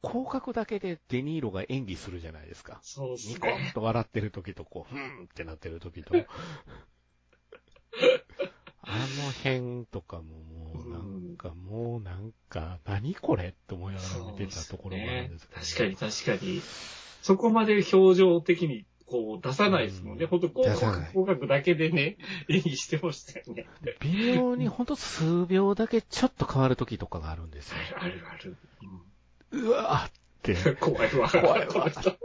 広角だけでデニーロが演技するじゃないですか。そうっニすコンね。と笑ってる時と、 こう、ふーんってなってる時と。あの辺とかももう、なんか、もうなんか、何これって思いながら見てたところもあるんですけど。そうっすね確かに確かに。そこまで表情的にこう出さないですもんね。うんほんと、出広さない角角だけでね、演技してましたよね。微妙にほんと数秒だけちょっと変わる時とかがあるん ですよ。あるある。うわーって、うん 怖いわ。怖いわこの人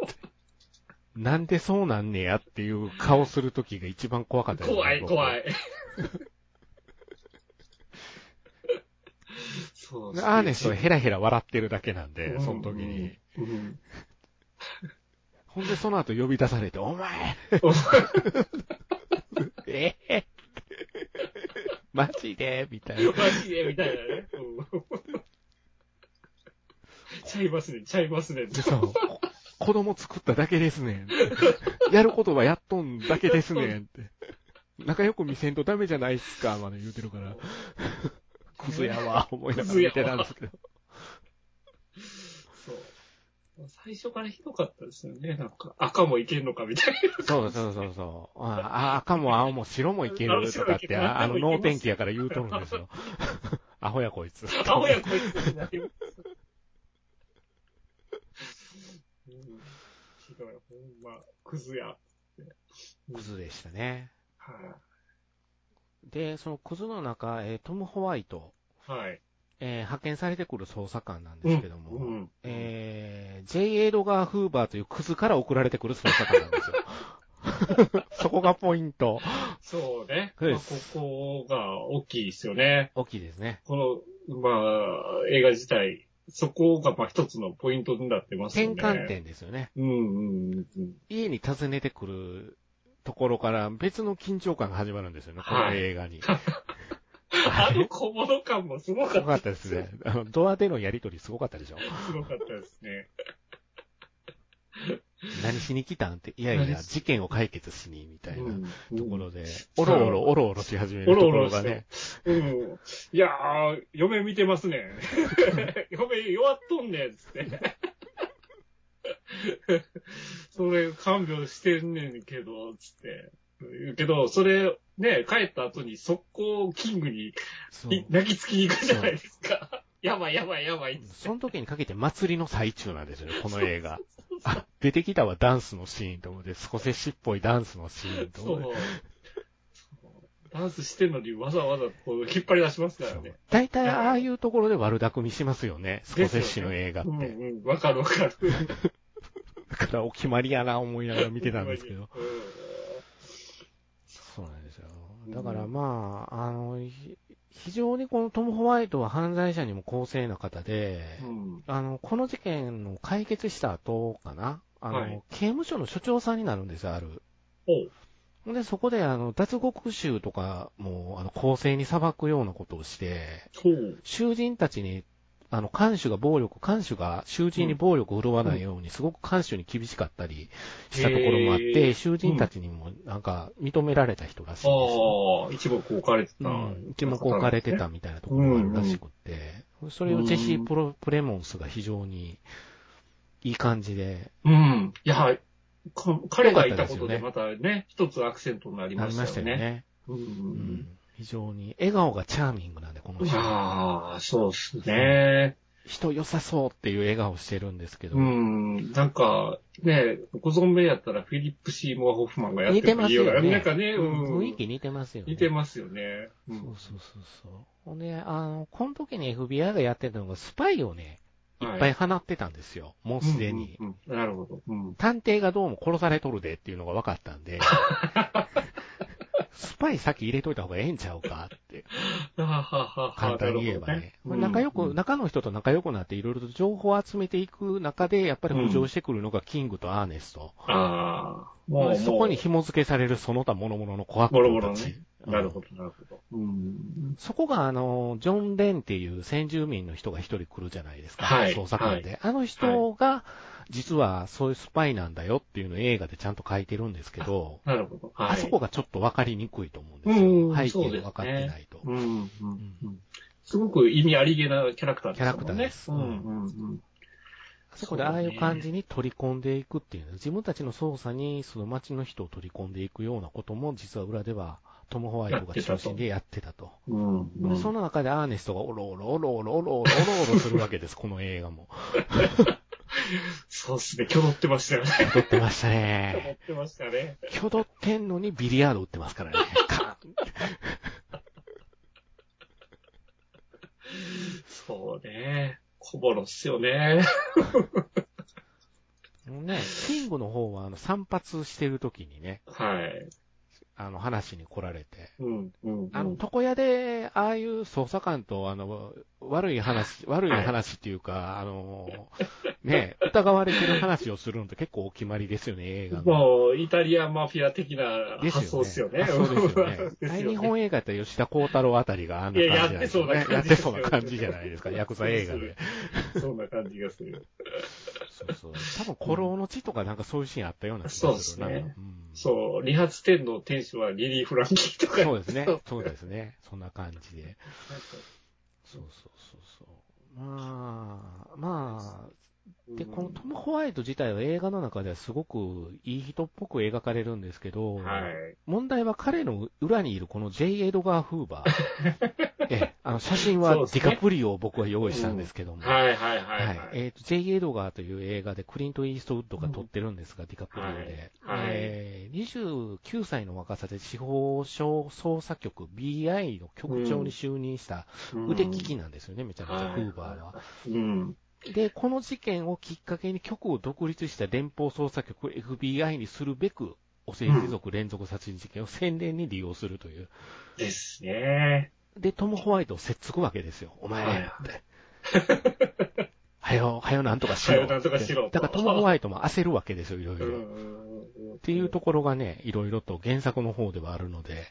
なんでそうなんねやっていう顔する時が一番怖かったです怖い、 怖い。い。 そうっすアーネストヘラヘラ笑ってるだけなんで、その時に。。うんうんほんで、その後呼び出されて、お前お前ええマジでみたいな。マジでみたいなね。うんちゃいますね、ちゃいますね。そう。こ子供作っただけですねん。やることはやっとんだけですねんって。仲良く見せんとダメじゃないっすか、まで言うてるから。クズやわ、思いながら見てたんですけど。そう。最初からひどかったですよね。なんか、赤もいけんのかみた いそうそうそうそう。ああ赤も青も白もいけるとかって、ああの、脳天気やから言うとるん ですよ。アホやこいつ。な。青やこいつになります。うんひどい、ほんま、クズや。クズでしたね。はで、そのクズの中、えートム・ホワイト、い。はい。えー派遣されてくる捜査官なんですけども、うん。えー、J. エドガー・フーバーというクズから送られてくる捜査官なんですよ。 そこがポイント。そうね。そうでまあ、こすこが大きいですよね。大きいですね。この、まあ、映画自体、そこが、まあ、一つのポイントになってますよね。転換。点ですよね。うんうん うんうん。家に訪ねてくるところから別の緊張感が始まるんですよね、このはい映画に。あの小物感もすごす かごかっったですね。 あの、ドアでのやりとりすごかったでしょ。た。すごかったですね。何しに来たんって、いやい何や、し事件を解決しに、みたいなうんところで、うんおろおろ、おろおろし始めるところがおろおろね、うん。いやー、嫁見てますね。 嫁弱っとんねん、つって。 それ、看病してんねんけど、つって。言うけど、それ、ね、帰った後に速攻キングにそうい泣きつきに行くじゃないですか。やばいやばいやばいっつってその時にかけて祭りの最中なん ですよね、この映画。あ、出てきたわ、ダンスのシーンと思って、スコセッシっぽいダンスのシーンとそ思うって。。ダンスしてんのにわざわざこう引っ張り出しますからね。大体ああいうところで悪巧みしますよね、スコセッシの映画って。うんうん、わかるわかる。だからお決まりやな思いながら見てたんですけど。うそうなんですよ。だからまあ、あの、ひ非常にこのトム・ホワイトは犯罪者にも公正な方で、ん。あの、この事件を解決した後かな、あの、はい刑務所の所長さんになるんですよ、ある。おう。ほんで、そこで、あの、脱獄囚とかも、あの、公正に裁くようなことをして、ほう。囚人たちに、あの、看守が暴力、看守が囚人に暴力を振るわないように、すごく看守に厳しかったりしたところもあっへて、ー囚人たちにも、なんか、認められた人らしいんですよ。ああ、一目置かれてた。うん、一目置かれてたみたいなところがあるらしくって、それをジェシープロ・プレモンスが非常にいい感じでうん。いや、か彼がいたよこかったとですよねでまたね、一つアクセントになりなまりしまたしたよよね。ね。うんうんううんん、非常に、笑顔がチャーミングなんで、このい人。やー、そうっすね。人良さそうっていう笑顔してるんですけど、うん。なんか、ね、ご存命やったらフィリップ・シーモア・ホフマンがやって似てるますようよな、ね。なんかね、うん。雰囲気似てますよね。似てますよね。そううんそうそうそう。ほんで、あの、この時に FBI がやってたのがスパイをね、いっぱい放ってたんですよ。もうすでに。うんうんうんなるほど。うん。探偵がどうも殺されとるでっていうのが分かったん で、スパイ先入れといた方がええんちゃうかって、はははは簡単に言えばね。なるほどまあ仲良く、うん中の人と仲良くなっていろいろと情報を集めていく中で、やっぱり浮上してくるのがキングとアーネスト。ああ、もう、そこに紐付けされるその他諸々の小悪ボロ党ボロたのちね。なるほど、なるほど。うん。そこが、あの、ジョン・レンっていう先住民の人が一人来るじゃないですか。はい捜査官で。あの人が、実はそういうスパイなんだよっていうのを映画でちゃんと書いてるんですけど、なるほど。はい。あそこがちょっとわかりにくいと思うんでうんうんすよ。背景がわかってないと。うん、うん、うん。すごく意味ありげなキャラクターですもんね。キャラクターですうん、うん、うん。あそこでああいう感じに取り込んでいくっていうね、自分たちの捜査にその街の人を取り込んでいくようなことも、実は裏ではトム・ホワイトが中心でやってたと。うん、うそん。の中でアーネストがおろおろおろおろおろおろおろおろするわけ です、この映画も。そうっすね。今日乗ってま したよね。撮ってました今日乗ねっ。てましたね。挙動ってんのにビリヤード打ってますからね。カーンそうね。小ボロっすよね。ね、キングの方はあの散髪してる時にね、はい。あの話に来られて、うん、うん。あの、うん床屋で、ああいう捜査官と、あの、悪い 話、悪い話っていうか、あの、ね、疑われてる話をするのって結構お決まりですよね、映画の。もう、イタリアンマフィア的なですよね。発想っすよね。。そうですよね です大よ日本映画やって吉田幸太郎あたりがあんな感じじゃないですか、いやね。ややっっててそそううなな感感じじじじゃゃなないいでですすかか、ヤクザ映画で。そんな感じがする。そうそう。多分、古老の地とかなんかそういうシーンあったような気がするな。そうですねんそう、理髪店の店主はリリー・フランキーとか。そうですね。そうですね。そんな感じで。そうそうそうそう。まあ、まあ、で、このトム・ホワイト自体は映画の中ではすごくいい人っぽく描かれるんですけど、はい。問題は彼の裏にいるこの J. エドガー・フー バー。ええ、あの、写真はそデうですねィカプリオを僕は用意したんですけども。はいはいはい。はい。えっ、と、J. エドガーという映画でクリント・イーストウッドが撮ってるんですが、ディカプリオで。はいはいえー29歳の若さで司法省捜査局 BI の局長に就任した腕利きなんですよね、めちゃめちゃ、はいフーバーは。うん。で、この事件をきっかけに局を独立した連邦捜査局 FBI にするべく、オセン族連続殺人事件を宣伝に利用するという。ですね。で、トム・ホワイトをせっつくわけですよ。お前はいって。はよ、はよなんとかしろって。はよなんとかしろとだからトム・ホワイトも焦るわけですよ、いろいろ。っっていうところがね、いろいろと原作の方ではあるので、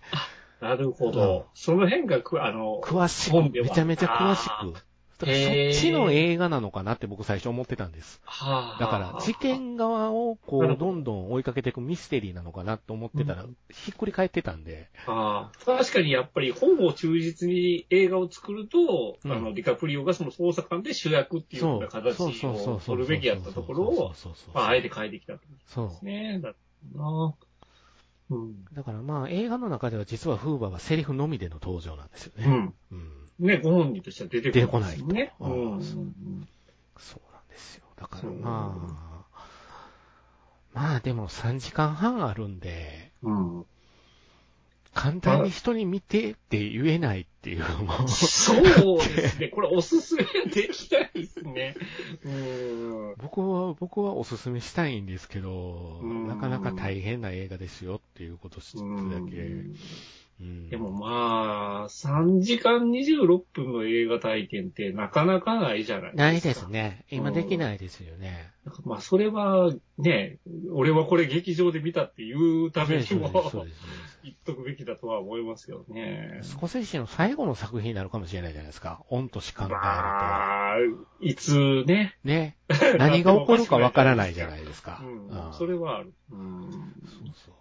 なるほど。その辺がく、あの、詳し本く、ではめちゃめちゃ詳しあーく。だからそっちの映画なのかなって僕最初思ってたんです。はあだから、事件側をこなるう、ほどどんどん追いかけていくミステリーなのかなと思ってたらう、ひっくり返ってたんで、ああ確かにやっぱり本を忠実に映画を作ると、うんあの、ディカプリオがその捜査官で主役っていうような形そうそうそうそうを取るべきやったところそを、うそうそうそうまあ、あえて変えてきたってことそうですね。だな。うん。だからまあ、映画の中では実はフーバーはセリフのみでの登場なんですようね。ん。うん。ね、ご本人としては出てこないですもんね。出てこないとうんそうなんですよ。だからまあ、まあでも3時間半あるんで、うん。うん。簡単に人に見てって言えないっていうのも、そうです ね。これおすすめできないですね。うん。僕は、僕はおすすめしたいんですけど、うんなかなか大変な映画ですよっていうことを知ってるうだけ。んうんでもまあ、3時間26分の映画体験ってなかなかないじゃないですか。ないですね。今できないですよね。まあ、それはね、俺はこれ劇場で見たっていうたそうめです、にそうですそうもです。言っとくべきだとは思いますよね。スコセッシの最後の作品になるかもしれないじゃないですか。御年考えると。まあ、いつね、ね。何が起こるかわからないじゃないですか。うんう、んそれはある。うん、そうそう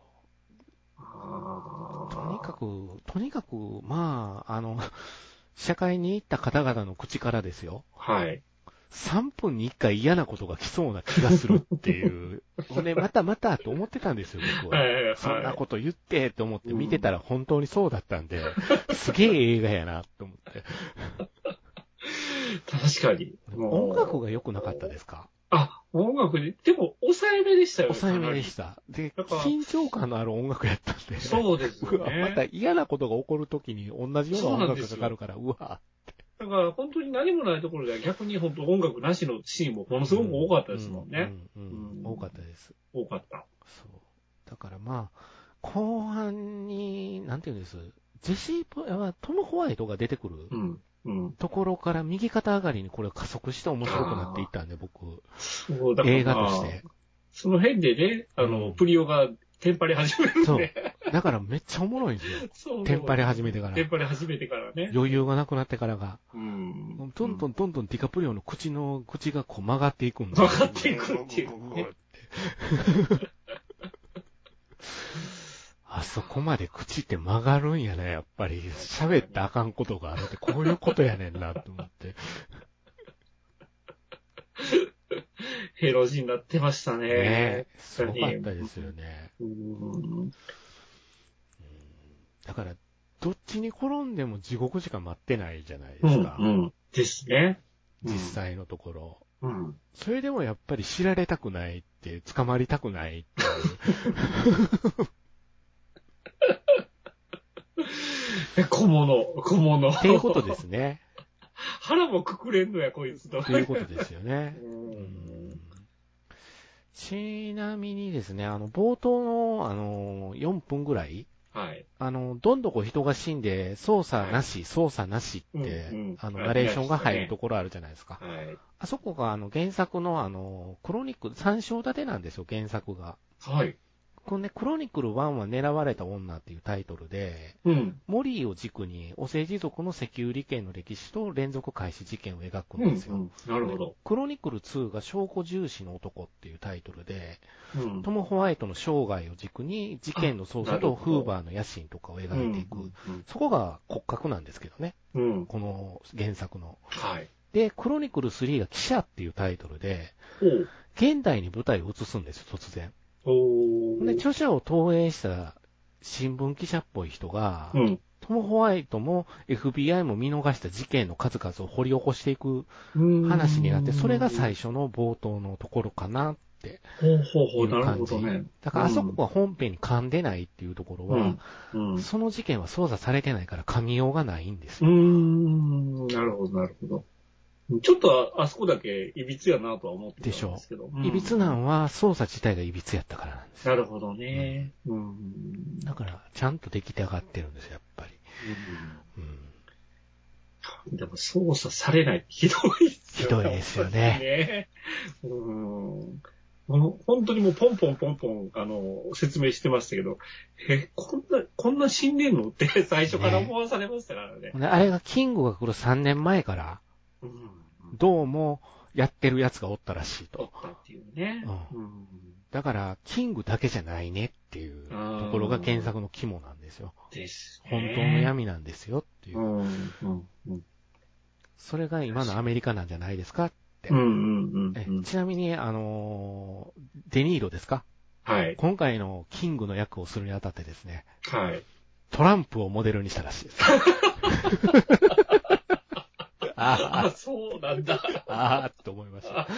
あとにかく。く、とにかく、まあ、あの、 社会に行った方々の口からですよ。はい。 3分に1回嫌なことが来そうな気がするって いう。ほんで、またまたと思ってたんですよ、僕はは。いはいそんなはこと言ってと思って見てたら本当にそうだったん で、すげえ映画やなと思って。い。確かに。もう音楽が良くなかったですかあ、音楽で、でも抑えめでしたよね。抑えめでた。した。で、だから緊張感のある音楽やったんで。そうです僕よは またね。嫌なことが起こるときに同じような音楽がかかるから、うわだから本当に何もないところでは逆に本当音楽なしのシーンもものすごく多かったですもんね。。うんうんうんうん多かったです。多かった。そう。だからまあ、後半に、なんていうんです、ジェシーポ、あトム・ホワイトが出てくるうん。うん。ところから右肩上がりにこれ加速して面白くなっていったんで、僕、そうだから映画として。その辺でね、あの、うんプリオがテンパり始めるんそうで。。だからめっちゃおもろいん ですよ。そう。テンパり始めてからテンパり始めてからね。余裕がなくなってからが。うんどんどんどんどんディカプリオの口の、口がこう曲がっていくんですよ曲がっていくっていうね。 あそこまで口って曲がるんやね、やっぱり。喋ったらあかんことがあるって、こういうことやねんな、と思 って。ヘロジになってましたね。ねすごかったですよね。うんだから、どっちに転んでも地獄しか待ってないじゃないでうすか。ん。ですね。実際のところ。うん。それでもやっぱり知られたくないって、捕まりたくないっていう。え小物、小物。っていうことですね。 腹もくくれんのや、こいつと。ということですよね。うんうんちなみにですね、あの、冒頭の、あの、4分ぐらい、はい。あの、どんどこ人が死んで、操作なし、操作なしってうんうん、あの、はいナレーションが入るところあるじゃないですか。はい。あそこが、あの、原作の、あの、クロニクル、三章立てなんですよ、原作が。はい。このね、クロニクル1は狙われた女っていうタイトルで、うん。モリーを軸に、オセージ族の石油利権の歴史と連続開始事件を描くうんですよ。ん。なるほど。クロニクル2が証拠重視の男っていうタイトルで、うんト。ム・ホワイトの生涯を軸に事件の捜査とフーバーの野心とかを描いていく。そこが骨格なんですけどね。うん。うん。この原作の。はい。で、クロニクル3が記者っていうタイトルで、現代に舞台を移すんですよ、突然。おおで、著者を投影した新聞記者っぽい人が、うん。トム・ホワイトも FBI も見逃した事件の数々を掘り起こしていくうん話になって、それが最初の冒頭のところかなってほうほうほ、いうなる感ほじどね。。だからあそこは本編に噛んでないっていうところは、うん。その事件は捜査されてないから噛みようがないんですうーよ。ん、なるほど、なるほど。ちょっとああそこだけいびつやなとは思ってたんですけど。うんいびつなんは捜査自体がいびつやったからなんですよ。なるほどね。うん。だから、ちゃんと出来上がってるんですよ、やっぱり。うん。うんでも操作されないってひどいですよひどいですよね本当にねうんこの本当にもうポンポンポンポン、あの、説明してましたけど、え、こんな、こんな死んでんのって 最初から思わされましたからね。ほんであれがキングが来る3年前から、うん。どうもやってる奴がおったらしい取と。ったっていうね。うんだから、キングだけじゃないねっていうところが原作の肝なんですよ。ですね。本当の闇なんですよっていうう。んうんうんそれが今のアメリカなんじゃないですかうんうんうんえうんちなみに、あのーデニーロですかはい。今回のキングの役をするにあたってですね、はい。トランプをモデルにしたらしいです。あ、あそうなんだ。あ、ああ、と思いました。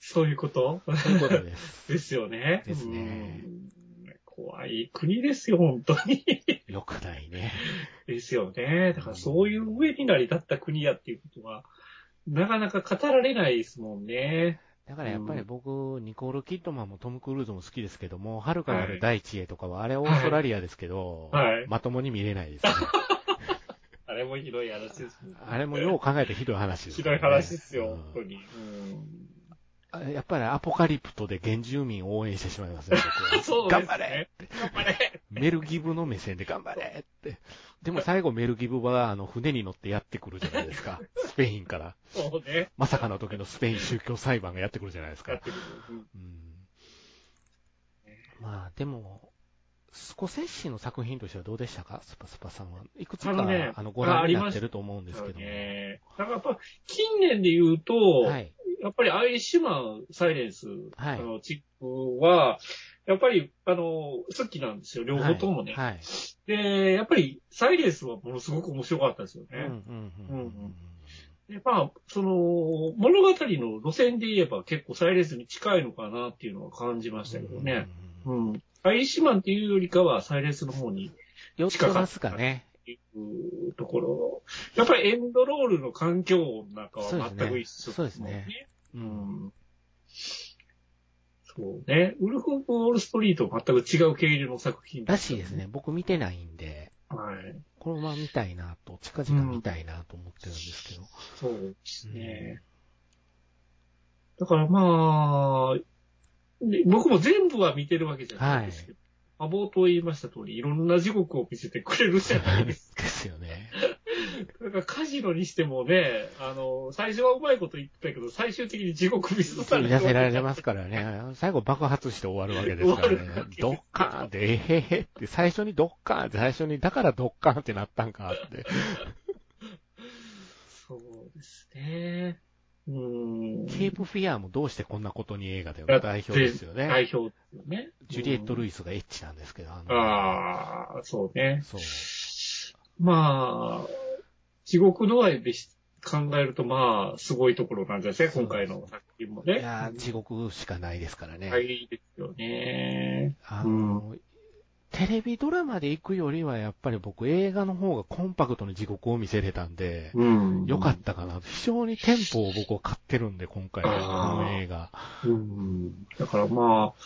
そういうことということです。ですよね。ですねうん。怖い国ですよ、本当に。よくないね。ですよね。だからそういう上になりだった国やっていうことは、なかなか語られないですもんね。だからやっぱり僕、ニコール・キッドマンもトム・クルーズも好きですけども、遥かなる大地へとかは、あれオーストラリアですけど、はい。まともに見れないですね。あれもひどい話ですもんね。あれもよう考えてひどい話ですよひどね、い話ですよ、本う当んに。うんあやっぱりアポカリプトで原住民を応援してしまいますね、僕はそうで頑すね。張れ頑張れメルギブの目線で頑張れって。でも最後メルギブは、あの、船に乗ってやってくるじゃないです か。スペインから。そうね。まさかの時のスペイン宗教裁判がやってくるじゃないですやっか。てくるうんうん。まあ、でも、スコセッシの作品としてはどうでしたかスパスパさんは。いくつか、ああのの,、ねご覧にあありなまっしてると思うんですけども。ね。だからやっぱ、近年で言うと、はい。やっぱりアイリッシュマン、サイレンス、はいあの、チックは、やっぱり、あの、好きなんですよ、両方ともね。はい。はいで、やっぱり、サイレンスはものすごく面白かったですようんうね。んううんんううんん。で、まあ、その、物語の路線で言えば結構サイレンスに近いのかなっていうのは感じましたけどね。う。うんん。アイリッシュマンっていうよりかは、サイレンスの方に寄ってますかね。行くところ。やっぱりエンドロールの環境音なんかは全く一緒そうですねそうですう。うんんそうね。ウルフ・ウォール・ストリートは全く違う経由の作品らしいです。ね。僕見てないんで、はい。このまま見たいなと、近々見たいなと思ってるんですけど。そうですね。だからまあ、で僕も全部は見てるわけじゃないんですけど、まあ冒頭言いました通り、いろんな地獄を見せてくれるじゃないですかですよね。 なんかカジノにしてもね、あの、最初はうまいこと言ってたけど、最終的に地獄見せされ見て出せられますからね。最後爆発して終わるわけですから終わるねわけで。すドッカーンって、えへへって、最初にドッカーンって、最初に、だからドッカーンってなったんかって。そうですね。うーん。ケープフィアーもどうしてこんなことに映画では代表ですよね。代表ですよね。ジュリエット・イ。ルイスがエッチなんですけど、あああ、そうね。そう。まあ、地獄度合いでし考えると、まあ、すごいところなんじゃないですか、今回の作品もね。いやー地獄しかないですからね。はい、いいですよね。あの、テレビドラマで行くよりは、やっぱり僕映画の方がコンパクトに地獄を見せれたんで、うん良かったかな。非常にテンポを僕は買ってるんで、今回あーの映画。うんだからまあ、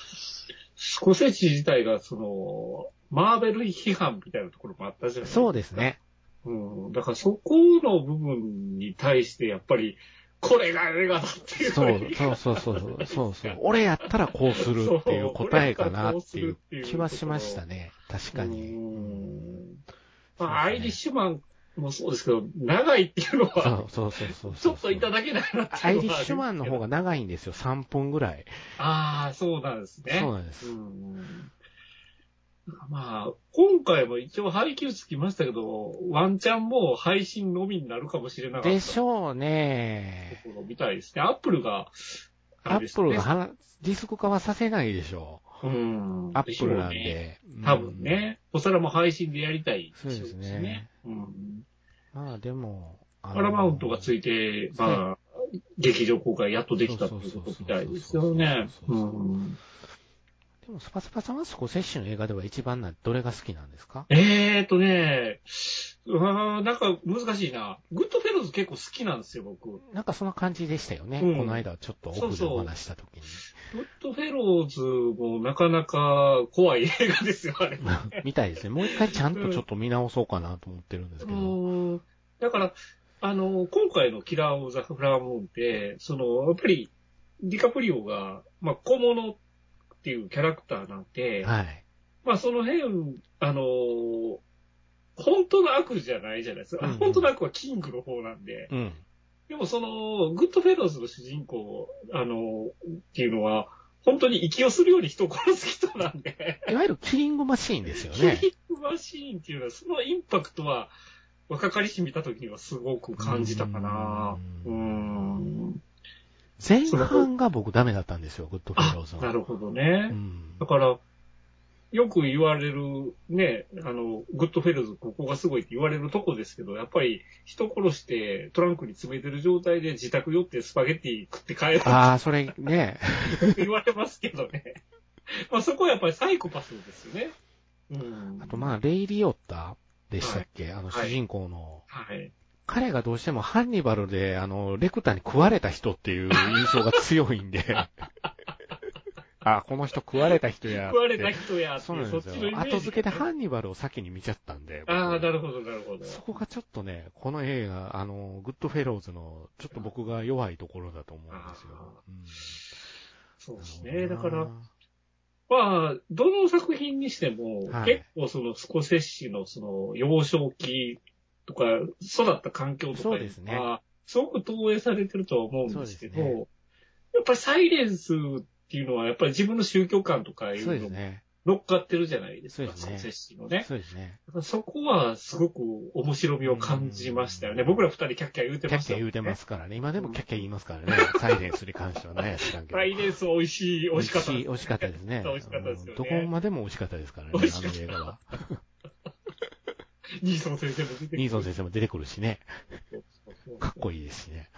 スコセッチ自体がその、マーベル批判みたいなところもあったじゃないですか。そうですね。うん。だからそこの部分に対してやっぱり、これが映画だっていう。そう、そうそうそうそう、そうそう。俺やったらこうするっていう答えかなっていう気はしましたね。確かうに。そうん。ですまねあ、アイリッシュマンもそうですけど、長いっていうのそは、うそうそうそうちそょう。っといただけないなってアいうのはあるイリッシュマンの方が長いんですよ。3分ぐらい。ああ、そうなんですね。そうなんですうんまあ、今回も一応配給つきましたけど、ワンチャンもう配信のみになるかもしれなかったでとしょうね。ころみたいですね。アップルが、あアれでッすプねルがはなディスク化はさせないでしょう。うん。アップルなんしょうね。で。多分ね。お皿も配信でやりたい、そうですね。うん。うん。まあでも。あのパラマウントがついて、まあ、劇場公開やっとできたっていうことみたいですよね。。そううそうそうそうんでもスパスパさんはスコセッシュの映画では一番な、どれが好きなんですかえーとね、うわーなんか難しいな。グッドフェローズ結構好きなんですよ、僕。グなんかそんな感じでしたよね。うんこの間ちょっとオフでお話した時に。ッドフェローズもなかなか怖い映画ですよ、あれ。みたいですね。もう一回ちゃんとちょっと見直そうかなと思ってるんですけど。うんだから、あの、今回のキラー・オブ・ザ・フラワームーンって、その、やっぱり、ディカプリオが、まあ、小物っていうキャラクターなんで、はい。まあ、その辺、あのー本当の悪じゃないじゃないですか。うんうん本当の悪はキングの方なんで。うん。でもその、グッドフェローズの主人公、あの、っていうのは、本当に息をするように人を殺す人なんで、いわゆるキリングマシーンですよキリンね。グマシーンっていうのは、そのインパクトは、若かりし見た時にはすごく感じたかな。ううんーん。前半が僕ダメだったんですよ、グッドフェあローズ、は。なるほどうね。んだから、よく言われる、ね、あの、グッドフェルズ、ここがすごいって言われるとこですけど、やっぱり人殺してトランクに詰めてる状態で自宅寄ってスパゲッティ食って帰るああ、それね。言われますけどね。 まあそこはやっぱりサイコパスですよね。うん。あとまあ、レイ・リオッタでしたっけあの、はい主人公の。はい。彼がどうしてもハンニバルで、あの、レクタに食われた人っていう印象が強いん で。あ、この人食われた人やって。食われた人やってそういなう、んそでっすちのイメよ。ージ。後付けでハンニバルを先に見ちゃったんで。僕ああ、なるほど、なるほど。そこがちょっとね、この映画、あの、グッドフェローズの、ちょっと僕が弱いところだと思うんですよ。うんそうですなね。るだほかどなら、まあ、どの作品にしても、はい結構そのスコセッシのその幼少期とか、育った環境とそかうですねが、すごく投影されてるとは思うんですけど、そうですねやっぱりサイレンスっていうのは、やっぱり自分の宗教観とかいそうでうのすもね。乗っかってるじゃないですそか、うですねスコセッシのね。そうですね。そこはすごく面白みを感じましたよね。うん僕ら二人キャッキャ言うてキャまッしキたャ言もんね。うてますからね。今でもキャッキャ言いますからね。サイレンスに関してはね、知らんけど。ライデンス美味しい、 美味しかった。美味しかったですね。 美味しかったですよねうんどこまでも美味しかったですからね、美味しあかっのた映画は。ニーソン先生も出てくるニーソン先生も出てくるしね。そうそうかっこいいですしね。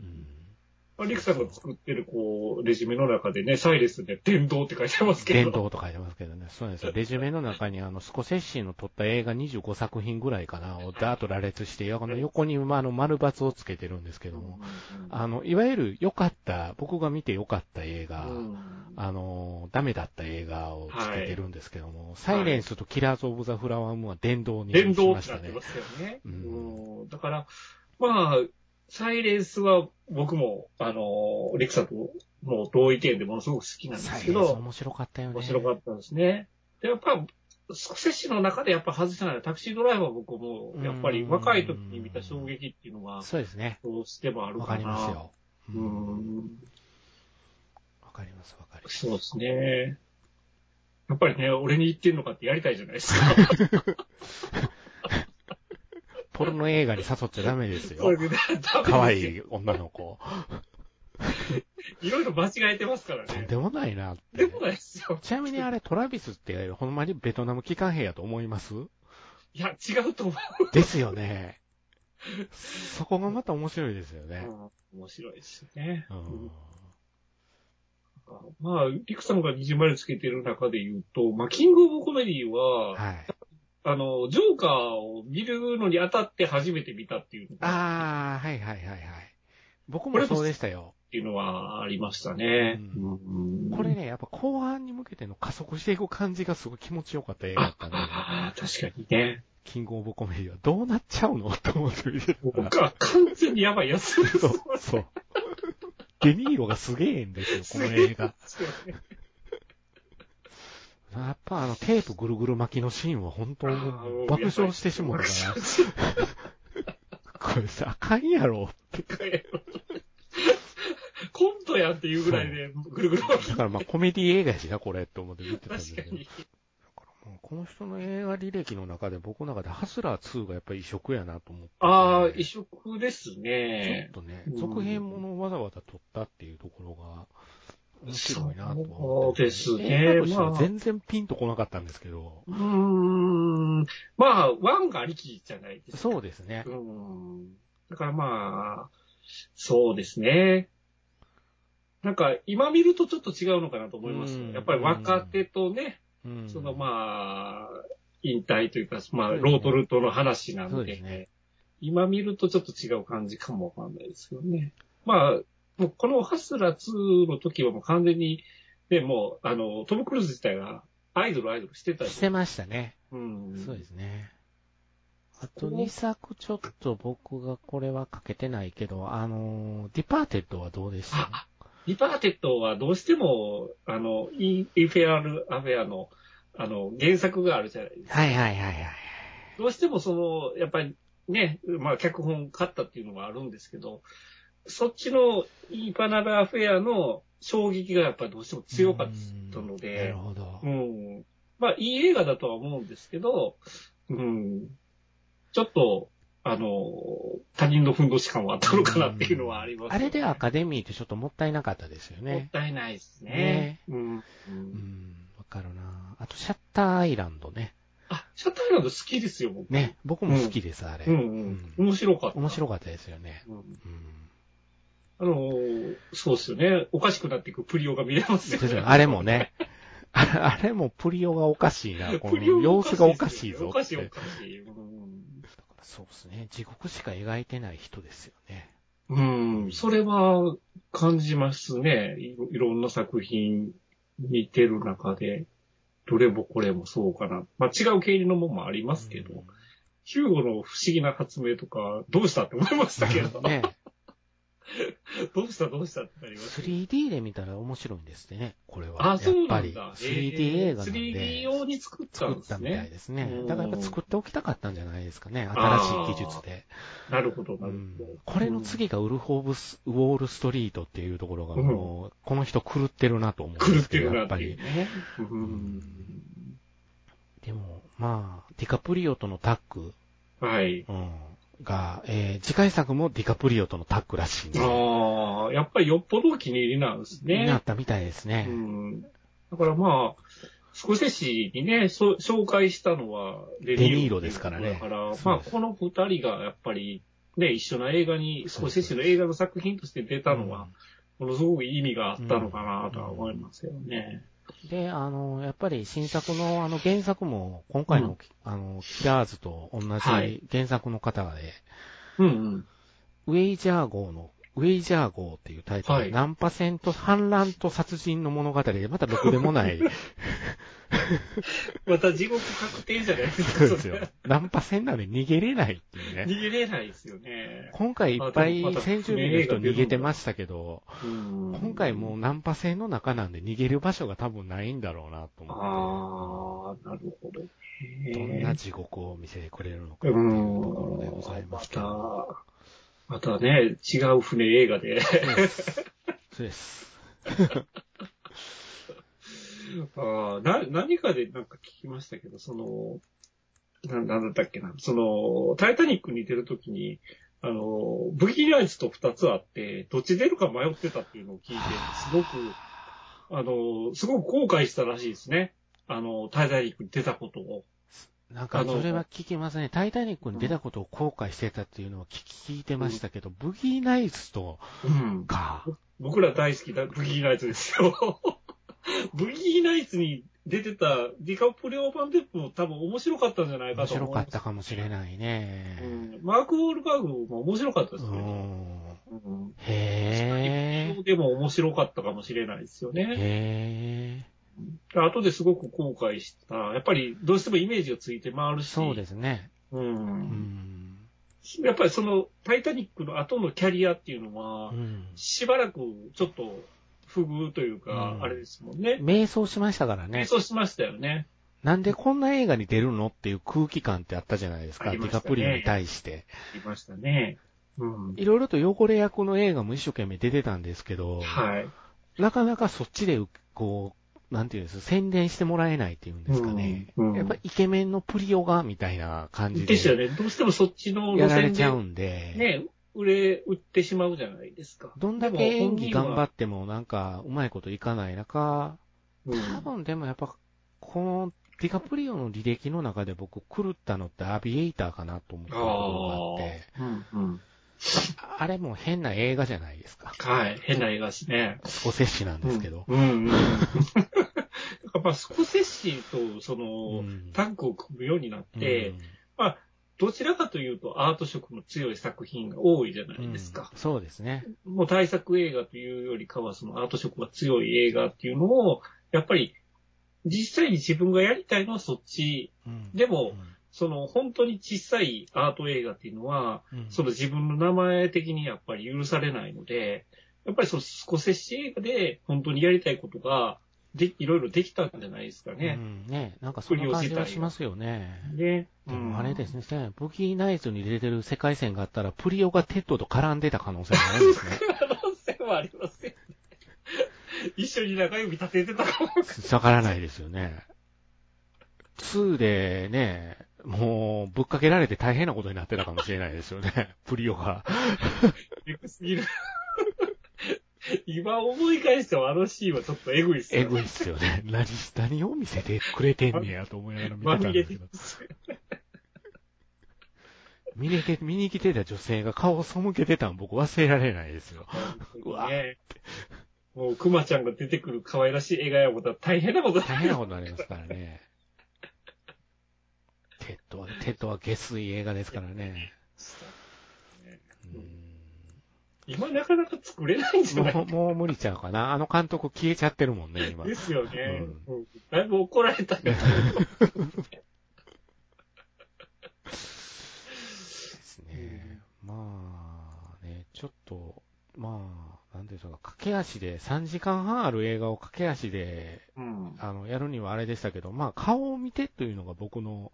うん。まあリクさんが作ってる、こう、レジュメの中でね、サイレスで伝道って書いてますけ伝ど。統と書いてますけどね。そうなんですよ。レジュメの中に、あの、スコセッシーの撮った映画25作品ぐらいかな、をダーッと羅列して、あの横に、まあ、あの、丸抜をつけてるんですけうども、んあの、いわゆる良かった、僕が見て良かった映画、うんあの、ダメだった映画をつけてるんですけども、サイレンスとキラーズ・オブ・ザ・フラワームーンは殿堂に伝し道まっしてなたってねま。すよね。ううんんだから、まあ、サイレンスは僕も、あの、リクさんともう同意見でものすごく好きなんでサすイけレンスど、面白かったよね。面白かったですね。で、やっぱ、スクセッシの中でやっぱ外せないタクシードライバー僕も、やっぱり若い時に見た衝撃っていうのは、そうですね。どうしてもあるわかな。かりますよ。ううんん。わかります、わかります。そうですね。やっぱりね、俺に言ってんのかってやりたいじゃないです か。ポルノ映画に誘っちゃダメですそういよう。ね可愛。多分い女の子。いろいろ間違えてますからとんね。でもないなって。でもないですよ。ちなみにあれ、トラビスって、ほんまにベトナム機関兵やと思いますいや、違うと思ですよね。そこがまた面白いですよう。ね。うん面白いですよね。うんまあ、リクさんが20丸つけてる中で言うと、まあ、キングオブコメディは、はい。あの、ジョーカーを見るのに当たって初めて見たっていうのが、ああ、はいはいはいはい。僕もそうでしたよ。っていうのはありましたね。ううんこれね、やっぱ後半に向けての加速していく感じがすごい気持ちよかった映画だったんで、ああ、確かにね。キングオブコメディはどうなっちゃうのと思って見てるから。僕は完全にやばいやつです。そう、そう。デニーロがすげえんですよ、この映画。そうね やっぱあのテープぐるぐる巻きのシーンは本当にあーもう爆笑してしもうたから、これさ、あかんやろ。コントやんっていうぐらいで、ぐるぐる回ってだからまあコメディ映画やしな、これって思って見てたんだ確けかど。に。もうこの人の映画履歴の中で僕の中でハスラー2がやっぱり異色やなと思って。ああ、異色ですちょねっ。とねう、ん続編ものをわざわざ撮ったっていうところが面白いなとは思って。そうですね映画としてはまあ全然ピンとこなかったんですけど。うーん。まあ、ワンがありきじゃないですか。そうですね。うん。だからまあ、そうですね。なんか、今見るとちょっと違うのかなと思いますうよ。んやっぱり若手とね、うんそのまあ、引退というか、まあ、そうですねロートルートの話なんそうで、ですね。今見るとちょっと違う感じかもわかんないですよね。まあ、もうこのハスラー2の時はもう完全に、ね、もう、あの、トム・クルーズ自体がアイドルアイドルしてたじゃんしてましたね。うん。そうですね。あこと2作ちょっと僕がこれはかけてないけど、あのー、ディパーテッドはどうでしたあリパーテッドはどうしても、あの、インインフェアル・アフェアの、あの、原作があるじゃないですか。はいはいはいはい。どうしてもその、やっぱりね、まあ、脚本買ったっていうのもあるんですけど、そっちのインファナル・アフェアの衝撃がやっぱりどうしても強かったのうんなでる、ほどう。ん。まあ、いい映画だとは思うんですけど、うん。ちょっと、あの、他人のふんどし感はあったのかなっていうのはあります、あれでアはカデミーってちょっともったいなかったですよもっね。たいないですねね。うん。うん、わかるなあと、シャッターアイランドね。あ、シャッターアイランド好きですよ、僕。ね、僕も好きです、あれ。うんうん。面白かった。面白かったですよね。うんうん。あのー、そうですよね。おかしくなっていくプリオが見れますちょっね。とあれもね、ああれもプリオがおかしいな、このプリオ様子がおかしいぞおっかて。しいおかしい。うんそうですね。地獄しか描いてない人ですよね。うん、それは感じますね。いろいろんな作品見てる中で、どれもこれもそうかな。まあ違う経理のもんもありますけど、うんヒューゴの不思議な発明とか、どうしたって思いましたけど、ね、どうしたどうしたってなります。 3D で見たら面白いんですってね、これは。あ、そうなやっんぱだ。り 3D 映画なんで。 3D 用に作った作んでったすみたいね。ですねうん。だからやっぱ作っておきたかったんじゃないですかね、新しい技術で。なるほど、うなるんほど。これの次がウルフ・オブス・ウォール・ストリートっていうところがもう、この人狂ってるなと思うん狂でっすけてど、るやなっってぱいり。うね。ううんんでも、まあ、ディカプリオとのタッグ、はい。うんが、えー次回作もディカプリオとのタッグらしいんで、ああ、やっぱりよっぽどお気に入りなんですね。なったみたいですねう。ん。だからまあ、スコセッシにね、そ紹介したのはデデニーロですからねだから、そまうあですこの二人がやっぱり、ね、一緒の映画に、スコセッシの映画の作品として出たのは、ものすごく意味があったのかなとは思いますよね。で、あの、やっぱり新作のあの原作も、今回の、うんあの、キラーズと同はいじ原作の方で、うんうん。ウェイジャー号の、ウェイジャー号っていうタイトルで、はいナンパ戦と反乱と殺人の物語で、またろくでもないまた地獄確定じゃないですそか。うですよ。ナンパ戦なんで逃げれないっていうね。 逃げれないですよね。今回いっぱい先住民の人逃げてましたけど、今今回もうナンパ戦の中なんで逃げる場所が多分ないんだろうなと思ああ、なるほどね。って、どんな地獄を見せてくれるのかってういうんところでございますけど。また、またね、違う船映画で。そうです。ああ、な、何かでなんか聞きましたけど、その、な、なんだったっけな、その、タイタニックに出るときに、あの、ブギライスと二つあって、どっち出るか迷ってたっていうのを聞いて、すごく、あの、すごく後悔したらしいですね。あの、タイタニックに出たことを。なんか、それは聞きますね。タイタニックに出たことを後悔してたっていうのは聞聞いてましたけど、ブギーナイツとうん。か、僕ら大好きなブギーナイツですよ。 ブギーナイツに出てたディカプリオ・バンデップも多分面白かったんじゃないか面と白思いかまっすたかもしれないねう。んマーク・ウォールバーグも面白かったでうすね。ん。うんへーでも面白かったかもしれないですよね。へ後ですごく後悔した。やっぱりどうしてもイメージがついて回るーし。そうですね。う。うんん。やっぱりそのタイタニックの後のキャリアっていうのはう、んしばらくちょっと不遇といううか、んあれですもんね。迷走しましたからね。そうしましたよね。なんでこんな映画に出るのっていう空気感ってあったじゃないですか。ありデまィしたカねプリオに対して。いましたね。うん。いろいろと汚れ役の映画も一生懸命出てたんですけど、はい。なかなかそっちで、こう、なんていうんです宣伝してもらえないっていうんですかね。うんうんやっぱイケメンのプリオが、みたいな感じで。ですよね。どうしてもそっちのや路られ線ちでゃうんで。ね、売れ、売ってしまうじゃないですか。どんだけ演技頑張っってもなんか、うまいこといかない中、多分でもやっぱ、このディカプリオの履歴の中で僕狂ったのってアビエイターかなと思ったところがあって、うんうん。あれも変な映画じゃないです か。はい。変な映画ですね。スコセッシなんですけど。うんうん うん。やっぱスコセッシとその、うんタッグを組むようになって、うんどちらかというとアート色の強い作品が多いじゃないですかう。んそうですね。もう対策映画というよりかはそのアート色が強い映画っていうのを、やっぱり実際に自分がやりたいのはそっち。うんでも、その本当に小さいアート映画っていうのは、うんその自分の名前的にやっぱり許されないので、やっぱりそのスコセッシ映画で本当にやりたいことがで、いろいろできたんじゃないですかうね。んねなんかそんな感じはしますよね。ね。でもあれですね。ね、ブギーナイツに出てる世界線があったら、プリオがテッドと絡んでた可能性もあるんですね。可能性はありますよね。一緒に中指立ててたかも。わからないですよね。2でね、もうぶっかけられて大変なことになってたかもしれないですよね。 プリオが。エグすぎる。今思い返してもあのシーンはちょっとエグいっすよえね。ぐいっすよね。何、何を見せてくれてんねやと思いながら見まてたみんれですてけど ま。すよ見に来て、見に来てた女性が顔を背けてたん僕忘れられないですよ。 うわね。もう、クマちゃんが出てくる可愛らしい映画やもた大変なことだ大変なことになりますからね。テッドは、テッドは下水映画ですからね。うん今なかなか作れないんじゃないもう、もう無理ちゃうかな。あの監督消えちゃってるもんね、今。ですよね。うんだいぶ怒られたよ。ですね。まあ、ね、ちょっと、まあ、なんていうんでしょうか、駆け足で、3時間半ある映画を駆け足で、うんあの、やるにはあれでしたけど、まあ、顔を見てというのが僕の、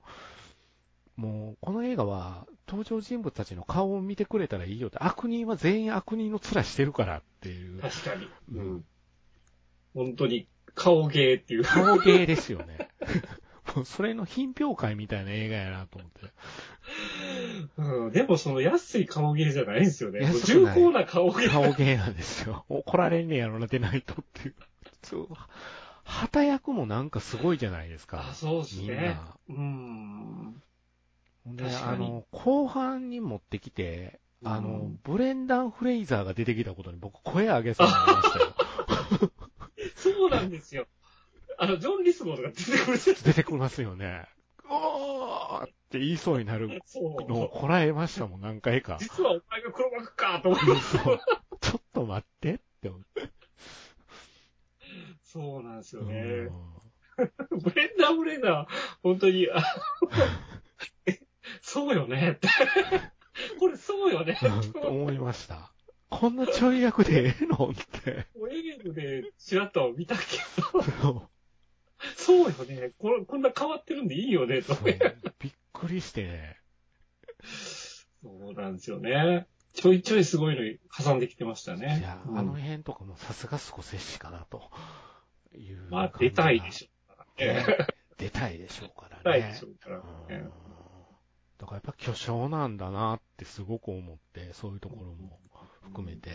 もう、この映画は、登場人物たちの顔を見てくれたらいいよって、悪人は全員悪人の面してるからっていう、確かに。ううんん。本当に、顔芸っていう。顔芸ですよね。 もう、それの品評会みたいな映画やなと思って。うん。でもその安い顔芸じゃないんですよね。もう安く重ない厚な顔芸。顔芸なんですよ。 怒られんねやろな、出ないとっていう。そう。旗役もなんかすごいじゃないですかあ、。そうですみんね。な。うん。ほんで、確かあにの、後半に持ってきて、あうのん、ブレンダン・フレイザーが出てきたことに僕声上げそうになりました よ。そうなんですよ。あの、ジョン・リスゴーとか出てくるじゃない出てきますよね。おーって言いそうになるそう。のをこらえましたもん、何回か。実はお前が黒幕かと思って。そうちょっと待ってって思って。そうなんですようねん。ブレンダーブレンダー、本当に、あ そうよね って。これそうよね。思いました。こんなちょい役でええの って。もうエレンでチラッとは見たけど、そうよね。これこんな変わってるんでいいよね、とそう。びっくりして。そうなんですよね。ちょいちょいすごいの挟んできてましたいね。や、うんあの辺とかもさすがスコセッシかなという感じが。まあ、出たいでしょうからね。ね出たいでしょうからね。出たいでしょうからうんね。だからやっぱ巨匠なんだなってすごく思って、そういうところも含めて。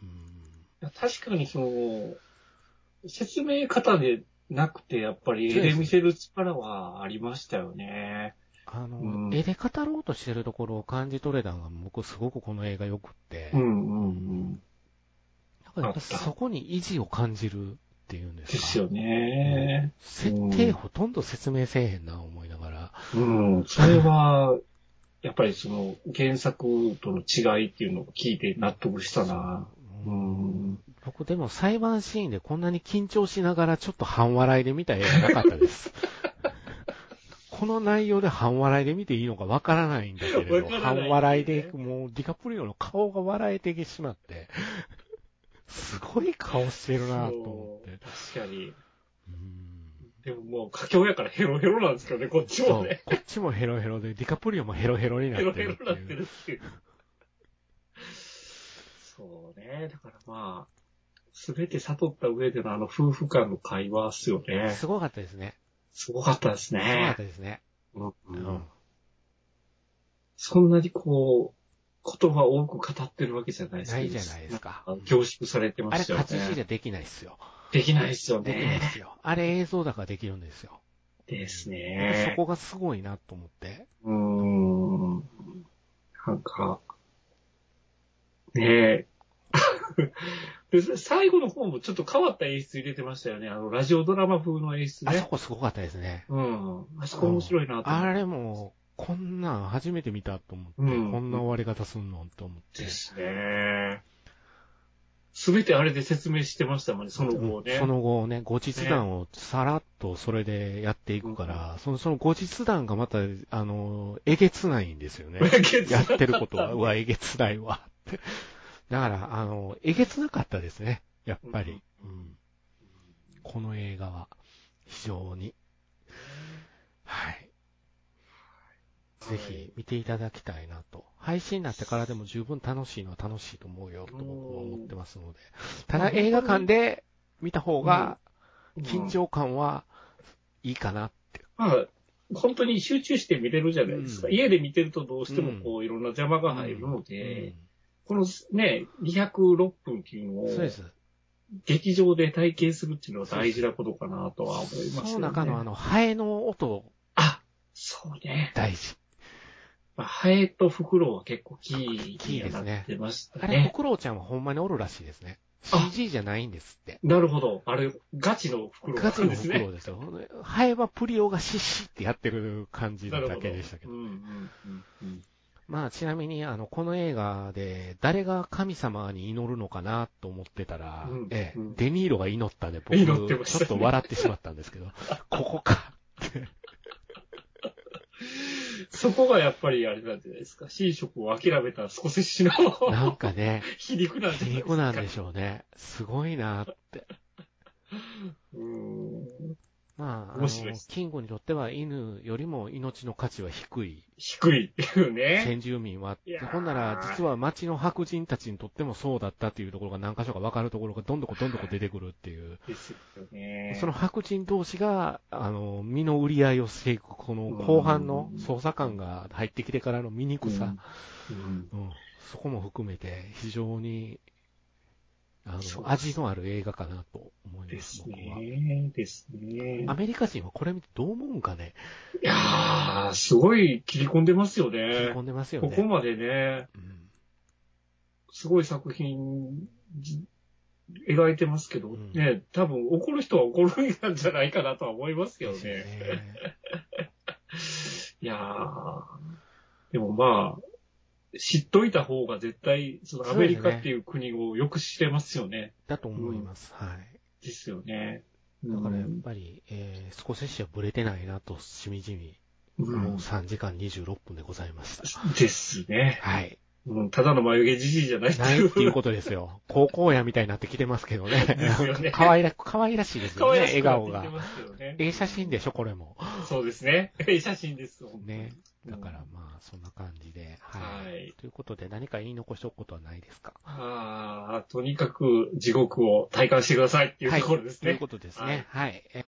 うん確かにその、説明方でなくて、やっぱり絵で見せる力はありましたよね。あの、うん絵で語ろうとしてるところを感じ取れたのが僕すごくこの映画良くって、んうん。だからやっぱそこに意地を感じるっていうんですか。ですよね。設定ほとんど説明せえへんな思いながら。うん。それは、やっぱりその原作との違いっていうのを聞いて納得したな。ううんん。僕でも裁判シーンでこんなに緊張しながらちょっと半笑いで見た映画なかった です。この内容で半笑いで見ていいのかわからないんだけれわど、からない半笑いで、もうディカプリオの顔が笑えてしまって、すごい顔してるなと思って。そう確かに。うんでももう、佳境やからヘロヘロなんですけどね、こっちそもうね。、こっちもヘロヘロで、ディカプリオもヘロヘロになヘロってヘるロってになっていう。るっていう。そうね。だからまあ、すべて悟った上でのあの夫婦間の会話っすよね。すごかったですね。すごかったですすごかっねた。ですね。ううんんそんなにこう、言葉を多く語ってるわけじゃないですなけいどじゃないですか。なん凝縮されてまあれ、したよね。活字じゃできないっすよ。できないですよできないっね。すよ。あれ映像だからできるんですよ。ですそね。こがすごいなと思って。うーん。なんか、ねえ。 で最後の方もちょっと変わった演出入れてましたよね。あの、ラジオドラマ風の演出あそね。こすごかったですね。うん。あそこ面白いなと思あっれも、こんなん初めて見たと思って、うんこんな終わり方すんのと思ってて。ですね。すべてあれで説明してましたもんね、その後うね。んその後ね、後日談をさらっとそれでやっていくから、その、その後日談がまた、あの、えげつないんですよね。 やってることは、 うわ、えげつないわって。だから、あの、えげつなかったですね。やっぱり。うんこの映画は、非常に。はい。ぜひ見ていただきたいなと。配信になってからでも十分楽しいのは楽しいと思うよと僕も思ってますので。ただ映画館で見た方が緊張感はいいかな。まあ、本当に集中して見れるじゃないですか。うん家で見てるとどうしてもこういろんな邪魔が入るのうん、でこのね、206分っていうのをそうです。劇場で体験するっていうのは大事なことかなとは思いますよね。その中のあの、ハエの音あ、そうね。大事。まあ、ハエとフクロウは結構キーキーですねになってましたあれ、フね。クロウちゃんはほんまにおるらしいですね。あ CG じゃないんですって。なるほど。あれ、ガチのフクロウなガチんのでフすクね。ロウですよ。ハエはプリオがシッシッってやってる感じなだるほど。けでしたけどう。んうんうんうんまあ、ちなみに、あの、この映画で、誰が神様に祈るのかなと思ってたら、うんええうんデニーロが祈ったんで、僕、祈ってましたちょっねと笑ってしまったんですけど、ここ か。そこがやっぱりあれなんじゃないですか。神職を諦めた少し しのなんかね、 皮肉なん皮じゃないです肉か。なんでしょうね。すごいなって。うんまあ、あの面白いです、キングにとっては犬よりも命の価値は低い低いっていうね。 先住民はえいや、ーほんなら、実は町の白人たちにとってもそうだったっていうところが何箇所か分かるところがどんどこどんどこ出てくるっていう。ですよね。その白人同士が、あの、身の売り合いをしていく、この後半のうん捜査官が入ってきてからの醜さ、うんうんそこも含めて、非常に、あそうですの、味のある映画かなと思いでます、す僕は。ね。ですね。アメリカ人はこれ見てどう思うんかね、いやー、すごい切り込んでますよ切りね。込んでますよここね。までね、うんすごい作品じ描いてますけど、うんね、多分怒る人は怒るんじゃないかなとは思いますけどですよね。ねいやー、でもまあ、知っといた方が絶対、そのアメリカっていう国をよく知れますよね。だと思います。はい。ですよね。だからやっうんぱり、えー、少ししはブレてないなと、しみじみ、うもうん3時間26分でございました。ですね。はい。うんただの眉毛じじいじゃないって。ないいうっていうことですよ。 高校やみたいになってきてますけどね。 ですよね可愛ら、可愛らしいです可よね、愛笑ら顔しくなってきがて。ますよね。ええ写真でしょ、これも。そうですね。ええ写真です。本当にね。だから。まあ、そんな感じで。はい。はいということで、何か言い残しておくことはないですかああ、とにかく地獄を体感してくださいっていうところですというね。ことですね。はい。え